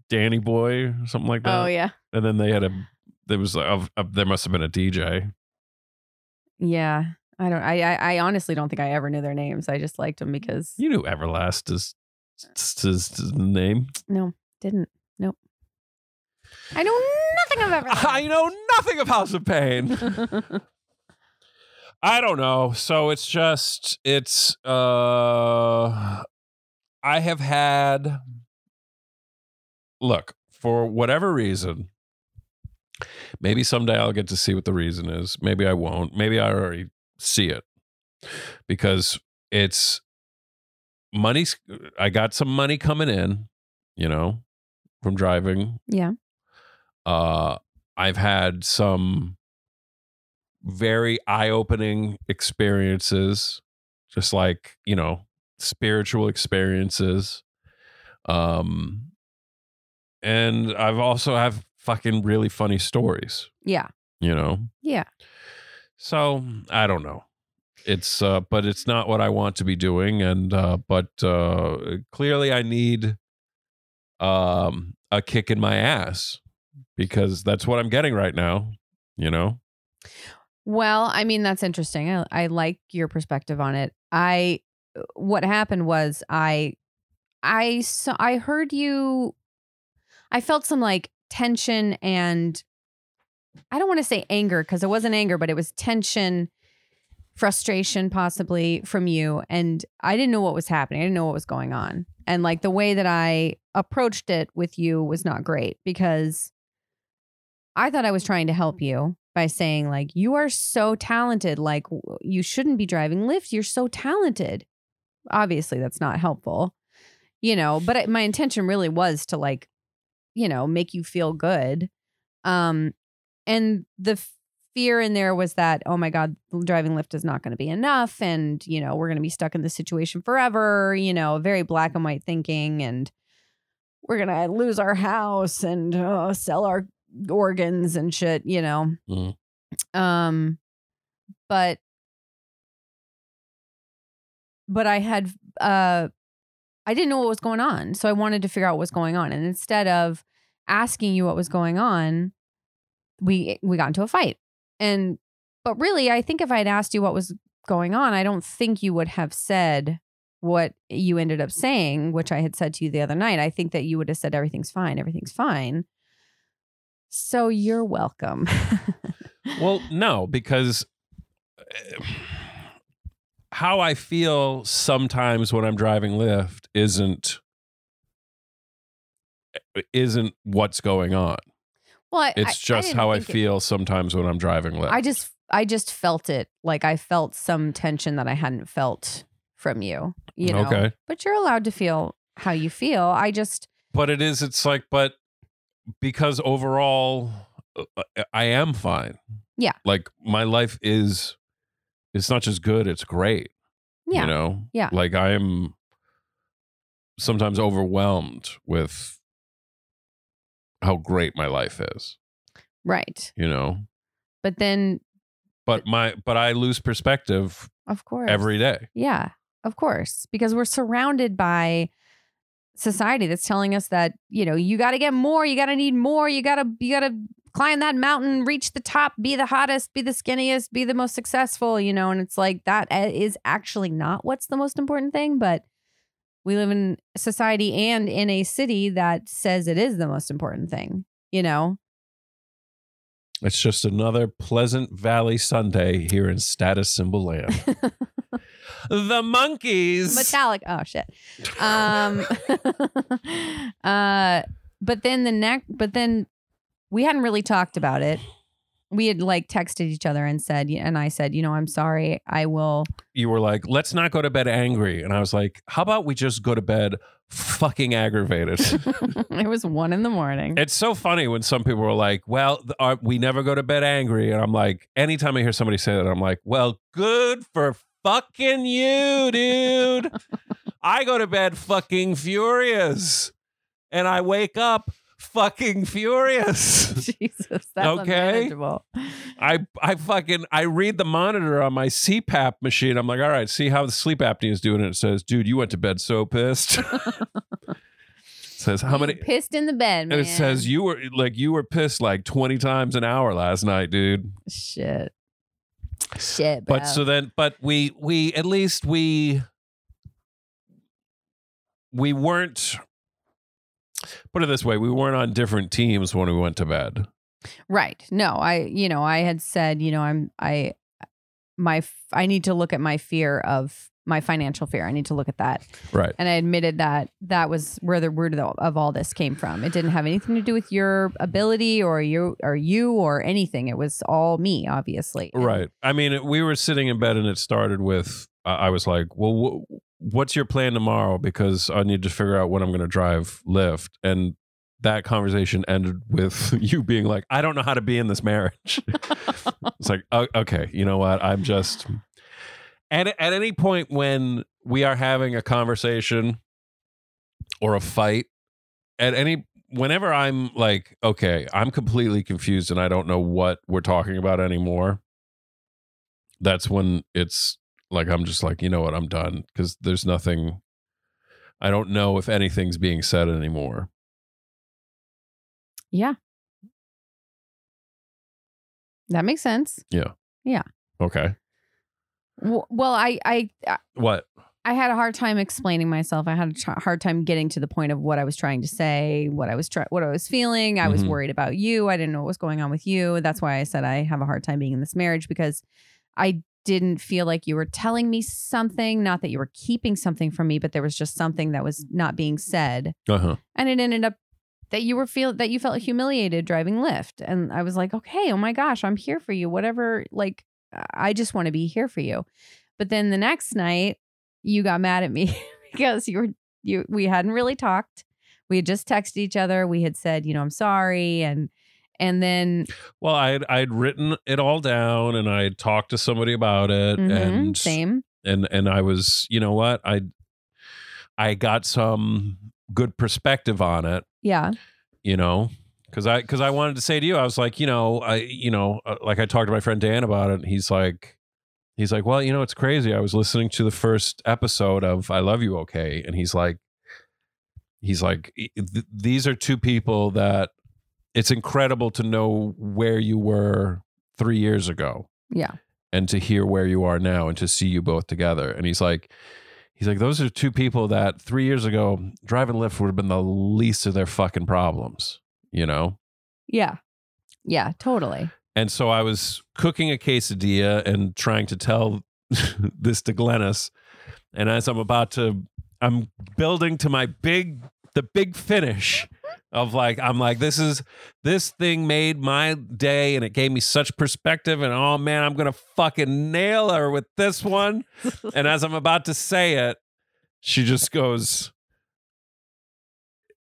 Speaker 2: Danny Boy, or something like that.
Speaker 1: oh yeah,
Speaker 2: And then they had a there was like a, a- there must have been a DJ.
Speaker 1: yeah. I don't. I, I. I honestly don't think I ever knew their names. I just liked them because
Speaker 2: You knew Everlast is is is the name.
Speaker 1: no, didn't. Nope. I know nothing nothing I've ever.
Speaker 2: I know nothing of House of Pain. I don't know. So it's just it's uh I have had look, for whatever reason, maybe someday I'll get to see what the reason is. Maybe I won't. Maybe I already see it. Because it's money I got some money coming in, you know, from driving
Speaker 1: yeah.
Speaker 2: uh, I've had some very eye opening experiences, just like, you know, spiritual experiences. Um, and I've also have fucking really funny stories,
Speaker 1: Yeah.
Speaker 2: you know?
Speaker 1: Yeah.
Speaker 2: So I don't know. It's, uh, but it's not what I want to be doing. And, uh, but, uh, clearly I need, um, a kick in my ass because that's what I'm getting right now, you know?
Speaker 1: Well, I mean, that's interesting. I, I like your perspective on it. I, uh, what happened was I, I saw, I heard you, I felt some like tension and I don't want to say anger because it wasn't anger, but it was tension, frustration possibly from you. And I didn't know what was happening. I didn't know what was going on. And like the way that I approached it with you was not great because I thought I was trying to help you by saying like you are so talented like w- you shouldn't be driving Lyft you're so talented. Obviously that's not helpful. You know, but I, my intention really was to like you know, make you feel good. Um and the f- fear in there was that oh my god driving Lyft is not going to be enough and you know, we're going to be stuck in this situation forever, you know, very black and white thinking and we're going to lose our house and uh, sell our organs and shit, you know.
Speaker 2: Mhm.
Speaker 1: Um but but I had uh I didn't know what was going on, so I wanted to figure out what was going on. And instead of asking you what was going on, we we got into a fight. And but really, I think if I had asked you what was going on, I don't think you would have said what you ended up saying, which I had said to you the other night. I think that you would have said everything's fine, everything's fine. So you're welcome.
Speaker 2: Well, no, because uh, how I feel sometimes when I'm driving Lyft isn't uh, isn't what's going on.
Speaker 1: well, I,
Speaker 2: It's
Speaker 1: I- I
Speaker 2: just
Speaker 1: didn't
Speaker 2: how I
Speaker 1: think it-
Speaker 2: feel sometimes when I'm driving Lyft.
Speaker 1: I just I just felt it. Like I felt some tension that I hadn't felt from you. You know.
Speaker 2: Mm, Okay.
Speaker 1: But you're allowed to feel how you feel. I just
Speaker 2: But it is it's like but because overall uh, I am fine.
Speaker 1: Yeah.
Speaker 2: Like my life is it's not just good, it's great.
Speaker 1: yeah.
Speaker 2: you know
Speaker 1: Yeah.
Speaker 2: like i'm sometimes overwhelmed with how great my life is
Speaker 1: Right.
Speaker 2: you know
Speaker 1: But then
Speaker 2: but my but i lose perspective
Speaker 1: of course
Speaker 2: every day
Speaker 1: Yeah, of course, because we're surrounded by society that's telling us that, you know, you got to get more, you got to need more, you got to you got to climb that mountain, reach the top, be the hottest, be the skinniest, be the most successful, you know, and it's like that a- is actually not what's the most important thing, but we live in society and in a city that says it is the most important thing, you know.
Speaker 2: it's just another pleasant valley sunday here in status symbol land the monkeys
Speaker 1: metallic oh shit um uh but then the next but then we hadn't really talked about it we had like texted each other and said and i said you know i'm sorry i will
Speaker 2: you were like let's not go to bed angry and i was like how about we just go to bed fucking aggravated
Speaker 1: it was one in the morning
Speaker 2: It's so funny when some people are like, "Well, th- uh, we never go to bed angry," and I'm like, anytime I hear somebody say that, I'm like, "Well, good for fucking you, dude." I go to bed fucking furious, and I wake up fucking furious.
Speaker 1: jesus that's
Speaker 2: Okay.
Speaker 1: unmanageable
Speaker 2: I I fucking I read the monitor on my CPAP machine. I'm like, all right, see how the sleep apnea is doing. And it says, dude, you went to bed so pissed. says how
Speaker 1: You
Speaker 2: many
Speaker 1: pissed in the bed man
Speaker 2: and it says you were like you were pissed like 20 times an hour last night, dude.
Speaker 1: shit shit bro.
Speaker 2: But so then but we we at least we we weren't put it this way, we weren't on different teams when we went to bed.
Speaker 1: Right. No, I, you know, I had said, you know, I'm, I, my, f- I need to look at my fear of my financial fear. I need to look at that.
Speaker 2: Right.
Speaker 1: And I admitted that that was where the root of, the, of all this came from. It didn't have anything to do with your ability or you or you or anything. It was all me, obviously. And-
Speaker 2: Right. I mean, it- we were sitting in bed and it started with I I was like, "Well, wh- what's your plan tomorrow?" Because I need to figure out when I'm going to drive Lyft, and that conversation ended with you being like, "I don't know how to be in this marriage." it's like, o- okay, you know what? I'm just at at any point when we are having a conversation or a fight, at any whenever I'm like, okay, I'm completely confused and I don't know what we're talking about anymore. That's when it's like I'm just like, you know what, I'm done because there's nothing. I don't know if anything's being said anymore.
Speaker 1: Yeah. That makes sense.
Speaker 2: Okay,
Speaker 1: W- Well, I, I,
Speaker 2: what?
Speaker 1: I had a hard time explaining myself. I had a tr- hard time getting to the point of what I was trying to say, what I was try- what I was feeling. I was
Speaker 2: Mhm.
Speaker 1: worried about you. I didn't know what was going on with you. That's why I said I have a hard time being in this marriage because I didn't feel like you were telling me something, not that you were keeping something from me, but there was just something that was not being said.
Speaker 2: Uh huh.
Speaker 1: And it ended up that you were feel that you felt humiliated driving Lyft. And I was like, okay, oh my gosh, I'm here for you. Whatever, like I just want to be here for you. But then the next night, you got mad at me because you were you we hadn't really talked. We had just texted each other. We had said, you know, I'm sorry, and and then
Speaker 2: Well, I had I'd written it all down and I had talked to somebody about it
Speaker 1: Mhm,
Speaker 2: and
Speaker 1: same.
Speaker 2: and and I was, you know what, I I got some good perspective on it
Speaker 1: Yeah.
Speaker 2: you know because i because i wanted to say to you i was like you know i you know uh, like i talked to my friend dan about it and he's like he's like well you know it's crazy i was listening to the first episode of i love you okay and he's like he's like "E- th- these are two people that it's incredible to know where you were three years ago
Speaker 1: Yeah.
Speaker 2: and to hear where you are now and to see you both together. And he's like, he's like, those are two people that three years ago, driving Lyft would have been the least of their fucking problems, you know?
Speaker 1: Yeah. Yeah, totally.
Speaker 2: And so I was cooking a quesadilla and trying to tell this to Glennis. And as I'm about to, I'm building to my big, the big finish of like, I'm like, this is, this thing made my day and it gave me such perspective. And oh man, I'm going to fucking nail her with this one. and as I'm about to say it, she just goes,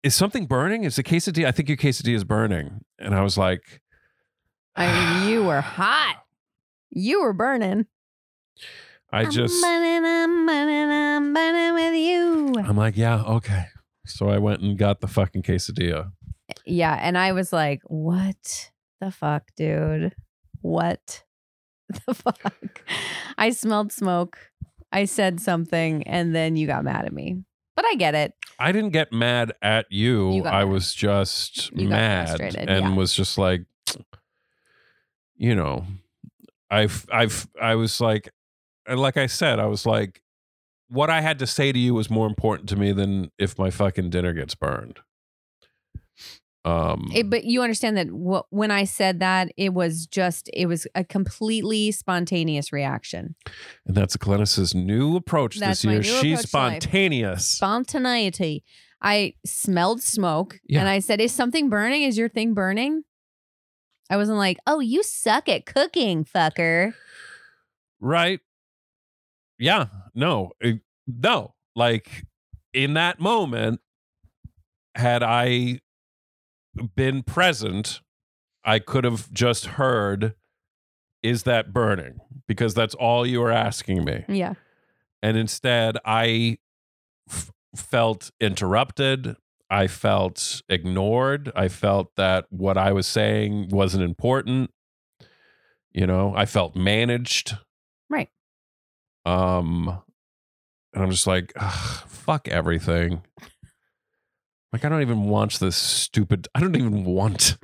Speaker 2: Is something burning? Is the quesadilla? I think your quesadilla is burning. And I was like,
Speaker 1: I mean, you were hot. You were burning.
Speaker 2: I just,
Speaker 1: I'm burning, I'm burning, I'm burning with you.
Speaker 2: I'm like, yeah, okay. So I went and got the fucking quesadilla.
Speaker 1: Yeah. And I was like, what the fuck, dude? What the fuck? I smelled smoke. I said something, and then you got mad at me. But I get it.
Speaker 2: I didn't get mad at you.
Speaker 1: You got
Speaker 2: I
Speaker 1: mad.
Speaker 2: was just
Speaker 1: You got
Speaker 2: mad
Speaker 1: frustrated,
Speaker 2: and
Speaker 1: yeah.
Speaker 2: was just like, you know, I've, I've, I was like, and like I said, I was like, what I had to say to you was more important to me than if my fucking dinner gets burned. Um,
Speaker 1: It- Eh, But you understand that wh- when I said that, it was just, it was a completely spontaneous reaction.
Speaker 2: and that's Glennis's new approach
Speaker 1: That's
Speaker 2: this
Speaker 1: my
Speaker 2: year.
Speaker 1: new
Speaker 2: She's
Speaker 1: approach to life.
Speaker 2: spontaneous.
Speaker 1: Spontaneity. I smelled smoke
Speaker 2: Yeah.
Speaker 1: and I said, Is something burning? Is your thing burning? I wasn't like, Oh, you suck at cooking, fucker.
Speaker 2: right yeah no It- no like in that moment had i been present i could have just heard is that burning because that's all you were asking me
Speaker 1: Yeah.
Speaker 2: and instead i f- felt interrupted i felt ignored i felt that what i was saying wasn't important you know i felt managed
Speaker 1: Right.
Speaker 2: um and i'm just like "Ugh, fuck everything like i don't even want this stupid i don't even want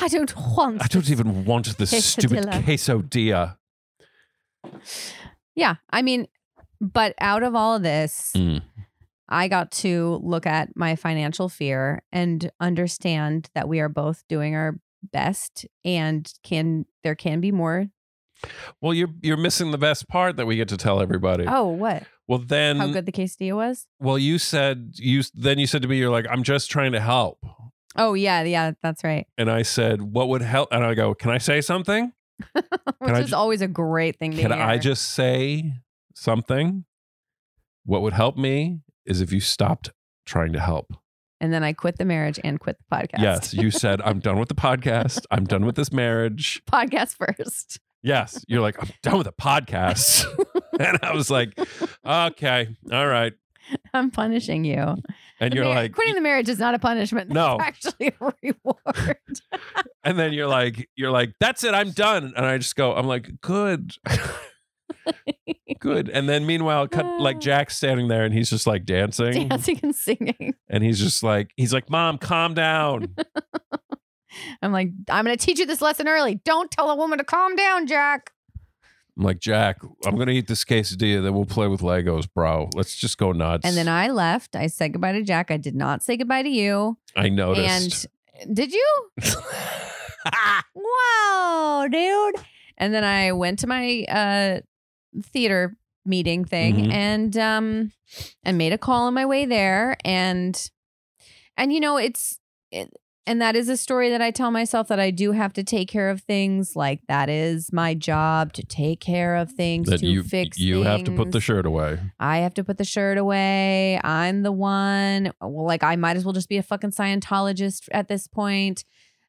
Speaker 1: I don't want.
Speaker 2: i don't even want this stupid
Speaker 1: Quesadilla.
Speaker 2: quesadilla
Speaker 1: Yeah, I mean, but out of all of this,
Speaker 2: Mm.
Speaker 1: I got to look at my financial fear and understand that we are both doing our best and can there can be more.
Speaker 2: Well, you're you're missing the best part that we get to tell everybody.
Speaker 1: Oh, what?
Speaker 2: Well, then
Speaker 1: How good the quesadilla was?
Speaker 2: well you said you then you said to me you're like I'm just trying to help.
Speaker 1: Oh yeah, yeah, that's right.
Speaker 2: And I said, "What would help?" And I go, "Can I say something?
Speaker 1: Which
Speaker 2: I
Speaker 1: is
Speaker 2: ju-
Speaker 1: always a great thing to
Speaker 2: Can
Speaker 1: hear.
Speaker 2: I just say something? What would help me is if you stopped trying to help."
Speaker 1: and then I quit the marriage and quit the podcast.
Speaker 2: Yes, you said, "I'm done with the podcast. I'm done with this marriage."
Speaker 1: Podcast first.
Speaker 2: Yes, you're like, "I'm done with the podcast." and I was like, "Okay, all right."
Speaker 1: I'm punishing you.
Speaker 2: And
Speaker 1: The
Speaker 2: you're
Speaker 1: mar-
Speaker 2: like,
Speaker 1: quitting the marriage is not a punishment.
Speaker 2: No.
Speaker 1: That's actually a reward.
Speaker 2: and then you're like you're like that's it i'm done and i just go i'm like good good and then meanwhile cut like jack's standing there and he's just like dancing
Speaker 1: Dancing and singing.
Speaker 2: and he's just like he's like mom calm down
Speaker 1: I'm like, I'm going to teach you this lesson early. Don't tell a woman to calm down, Jack.
Speaker 2: i'm like jack i'm gonna eat this quesadilla then we'll play with legos bro let's just go nuts
Speaker 1: And then I left. I said goodbye to Jack. I did not say goodbye to you.
Speaker 2: i noticed
Speaker 1: And did you? Whoa, dude. And then I went to my uh theater meeting thing
Speaker 2: Mhm.
Speaker 1: and um and made a call on my way there and and you know it's it, and that is a story that I tell myself that I do have to take care of things like that is my job to take care of things
Speaker 2: that
Speaker 1: to
Speaker 2: you
Speaker 1: fix
Speaker 2: you have to put the
Speaker 1: things.
Speaker 2: shirt away
Speaker 1: I have to put the shirt away. I'm the one. Uh, Well, like I might as well just be a fucking Scientologist at this point.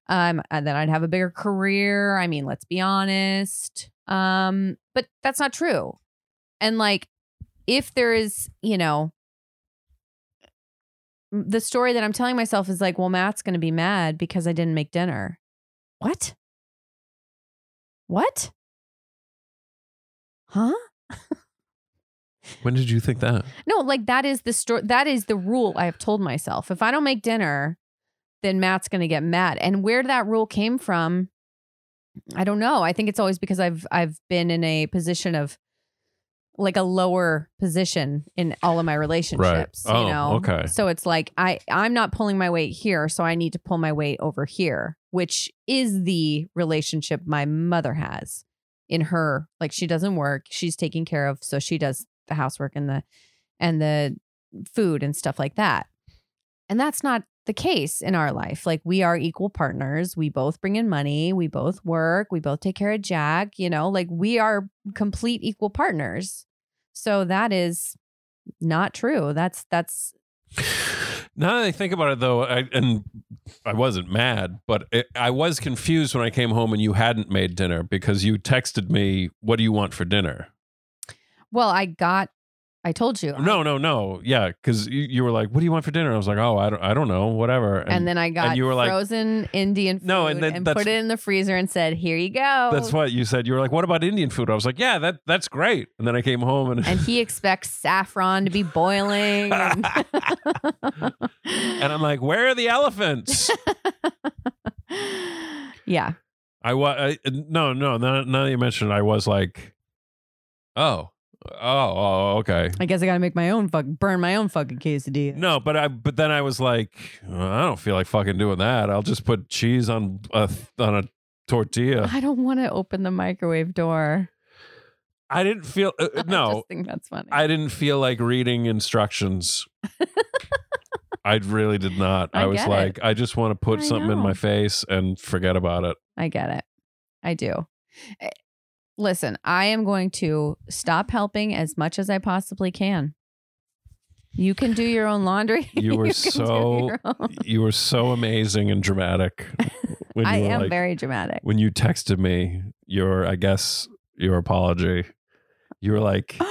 Speaker 1: Um, and then I'd have a bigger career. I mean, let's be honest. Um, but that's not true. And like, if there is, you know, m- the story that I'm telling myself is like, well, Matt's gonna be mad because I didn't make dinner. What? What? Huh?
Speaker 2: when did you think that
Speaker 1: No, like that is the story. That is the rule I have told myself. If I don't make dinner, then Matt's going to get mad. And where that rule came from, I don't know. I think it's always because I've I've been in a position of like a lower position in all of my relationships.
Speaker 2: Oh,
Speaker 1: you know.
Speaker 2: okay.
Speaker 1: So it's like I I'm not pulling my weight here, so I need to pull my weight over here, which is the relationship my mother has in her like she doesn't work she's taking care of so she does the housework and the and the food and stuff like that and that's not the case in our life like we are equal partners we both bring in money we both work we both take care of jack you know like we are complete equal partners so that is not true that's that's
Speaker 2: Now that I think about it, though, I, and I wasn't mad, but it, I was confused when I came home and you hadn't made dinner because you texted me, "What do you want for dinner?"
Speaker 1: well i got i told you
Speaker 2: No, no, no, yeah, because you, you were like, "What do you want for dinner?" I was like, "Oh, I don't, I don't know, whatever."
Speaker 1: and then I got
Speaker 2: you were like-
Speaker 1: frozen Indian food
Speaker 2: No, and
Speaker 1: and,
Speaker 2: then that's-
Speaker 1: put it in the freezer and said, "Here you go."
Speaker 2: that's what you said. You were like, "What about Indian food?" I was like, "Yeah, that that's great." And then I came home and
Speaker 1: and he expects saffron to be boiling. And,
Speaker 2: and I'm like, "Where are the elephants?"
Speaker 1: yeah,
Speaker 2: I was no, no. Now, now that you mentioned, it, I was like, "Oh, oh, oh, okay."
Speaker 1: I guess I gotta make my own fuck, burn my own fucking quesadilla.
Speaker 2: No, but I but then I was like, I don't feel like fucking doing that. I'll just put cheese on a on a tortilla.
Speaker 1: I don't want to open the microwave door.
Speaker 2: I didn't feel uh,
Speaker 1: I
Speaker 2: no.
Speaker 1: just think that's funny.
Speaker 2: I didn't feel like reading instructions. I really did not. I,
Speaker 1: I
Speaker 2: was
Speaker 1: get it.
Speaker 2: like, I just want to put
Speaker 1: I
Speaker 2: something in
Speaker 1: know.
Speaker 2: my face and forget about it.
Speaker 1: I get it. I do. Eh, Listen, I am going to stop helping as much as I possibly can. You can do your own laundry.
Speaker 2: You were
Speaker 1: can do
Speaker 2: so-
Speaker 1: your own-
Speaker 2: You were so amazing and dramatic. When
Speaker 1: I
Speaker 2: you were
Speaker 1: am
Speaker 2: like-
Speaker 1: very dramatic.
Speaker 2: when you texted me your, I guess your apology. You were like, "Do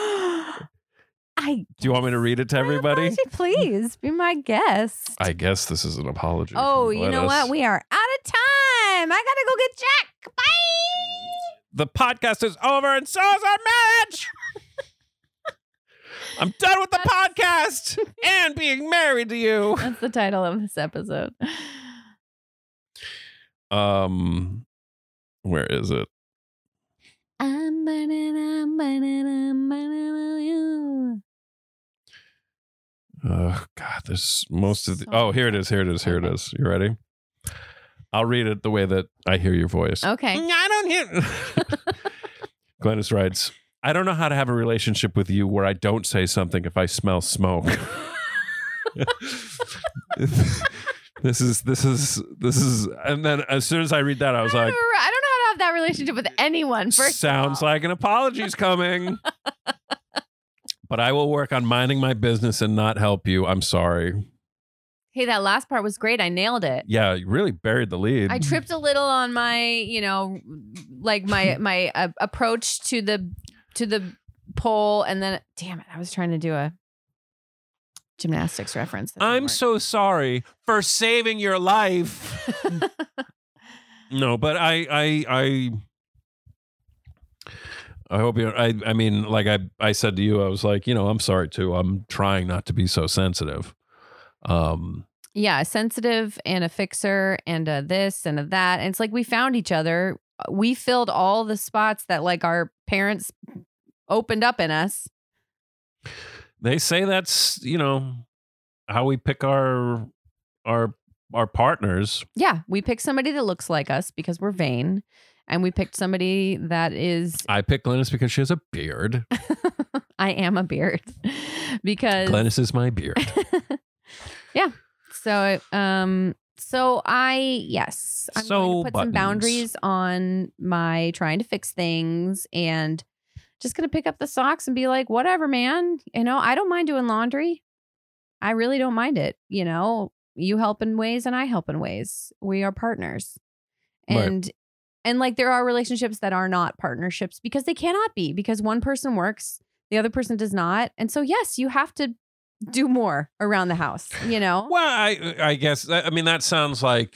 Speaker 1: I.
Speaker 2: you want me to read it to
Speaker 1: My
Speaker 2: everybody?"
Speaker 1: apology, please be my guest.
Speaker 2: I guess this is an apology.
Speaker 1: oh,
Speaker 2: from
Speaker 1: you know
Speaker 2: Gladys.
Speaker 1: what? We are out of time. I gotta go get Jack. Bye.
Speaker 2: the podcast is over and so is our marriage. I'm done with the podcast and being married to you.
Speaker 1: That's the title of this episode.
Speaker 2: Um, where is it?
Speaker 1: I'm burning, I'm burning, I'm burning on you.
Speaker 2: Oh God, there's most of the.
Speaker 1: So
Speaker 2: Oh, here it is. Here it is. Here it is. You ready? I'll read it the way that I hear your voice.
Speaker 1: Okay.
Speaker 2: Mm, I don't hear. Glennis writes, I don't know how to have a relationship with you where I don't say something if I smell smoke. this is this is this is and then as soon as I read that I was
Speaker 1: I don't,
Speaker 2: like
Speaker 1: know, I don't know how to have that relationship with anyone. First
Speaker 2: sounds like an apology's coming. but I will work on minding my business and not help you. I'm sorry.
Speaker 1: hey, that last part was great. I nailed it.
Speaker 2: Yeah, you really buried the lead.
Speaker 1: I tripped a little on my, you know, like my my uh, approach to the to the pole, and then damn it, I was trying to do a gymnastics reference. that didn't
Speaker 2: I'm
Speaker 1: work.
Speaker 2: so sorry for saving your life. no, but I I I I hope you I I mean like I I said to you I was like, you know, I'm sorry too. I'm trying not to be so sensitive. Um
Speaker 1: yeah, a sensitive and a fixer and a this and a that. And it's like we found each other. uh, We filled all the spots that like our parents opened up in us.
Speaker 2: they say that's, you know, how we pick our our our partners.
Speaker 1: Yeah, we picked somebody that looks like us because we're vain, and we picked somebody that is
Speaker 2: I pick Glennis because she has a beard.
Speaker 1: I am a beard because
Speaker 2: Glennis is my beard.
Speaker 1: so um so I yes I'm
Speaker 2: So
Speaker 1: going to put some
Speaker 2: buttons.
Speaker 1: boundaries on my trying to fix things and just gonna pick up the socks and be like whatever man you know I don't mind doing laundry I really don't mind it you know you help in ways and I help in ways we are partners
Speaker 2: Right.
Speaker 1: and and like there are relationships that are not partnerships because they cannot be because one person works the other person does not and so yes you have to do more around the house you know
Speaker 2: Well, I I guess I mean that sounds like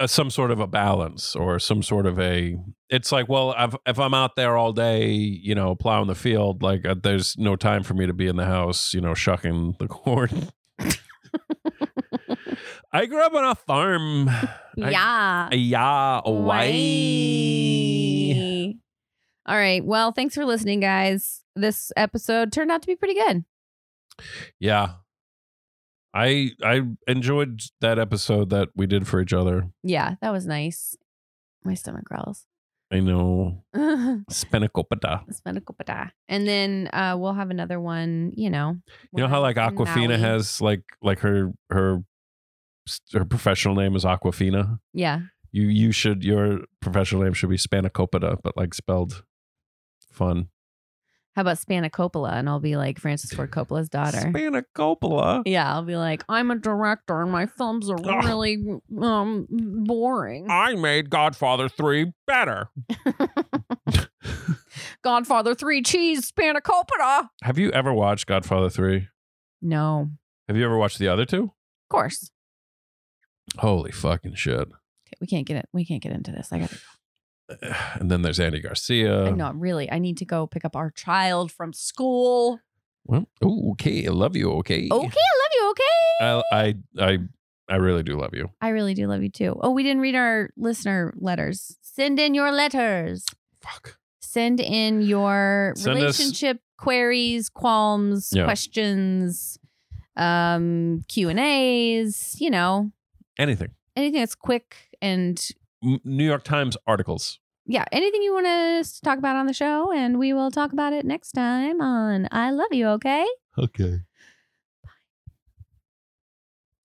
Speaker 2: a, some sort of a balance or some sort of a. It's like, well, I've, if I'm out there all day, you know, plowing the field, like uh, there's no time for me to be in the house, you know, shucking the corn. I grew up on a farm. I-
Speaker 1: yeah
Speaker 2: Yeah, Hawaii.
Speaker 1: Why? All right. Well, thanks for listening, guys. This episode turned out to be pretty good.
Speaker 2: Yeah, I I enjoyed that episode that we did for each other.
Speaker 1: Yeah, that was nice. My stomach growls.
Speaker 2: I know spenacopita.
Speaker 1: Spenacopita. And then uh, we'll have another one, you know.
Speaker 2: You know how like
Speaker 1: in
Speaker 2: Aquafina
Speaker 1: Maui.
Speaker 2: has like like her her her professional name is Aquafina.
Speaker 1: Yeah.
Speaker 2: You you should your professional name should be Spanakopita, but like spelled fun.
Speaker 1: How about Spanacopola? And I'll be like Francis Ford Coppola's daughter.
Speaker 2: Spanacopola.
Speaker 1: yeah, I'll be like, I'm a director and my films are
Speaker 2: Ugh.
Speaker 1: really um boring.
Speaker 2: I made Godfather three better.
Speaker 1: Godfather 3 cheese Spanacopita.
Speaker 2: Have you ever watched Godfather three?
Speaker 1: No.
Speaker 2: Have you ever watched the other two?
Speaker 1: Of course.
Speaker 2: Holy fucking shit!
Speaker 1: Okay, we can't get it. We can't get into this. I got
Speaker 2: And then there's Andy Garcia.
Speaker 1: I know, really. I need to go pick up our child from school.
Speaker 2: Well, ooh, okay, I love you. Okay.
Speaker 1: Okay, I love you. Okay.
Speaker 2: I I I, I really do love you.
Speaker 1: I really do love you too. Oh, we didn't read our listener letters. Send in your letters.
Speaker 2: Fuck.
Speaker 1: Send in your
Speaker 2: Send us-
Speaker 1: relationship queries, qualms,
Speaker 2: Yeah.
Speaker 1: questions, um, Q and A's, you know,
Speaker 2: Anything.
Speaker 1: anything that's quick and
Speaker 2: M- New York Times articles.
Speaker 1: yeah, anything you want us to talk about on the show, and we will talk about it next time on I Love You, okay?
Speaker 2: Okay.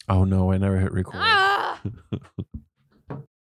Speaker 2: Oh no, I never hit record.
Speaker 1: Ah!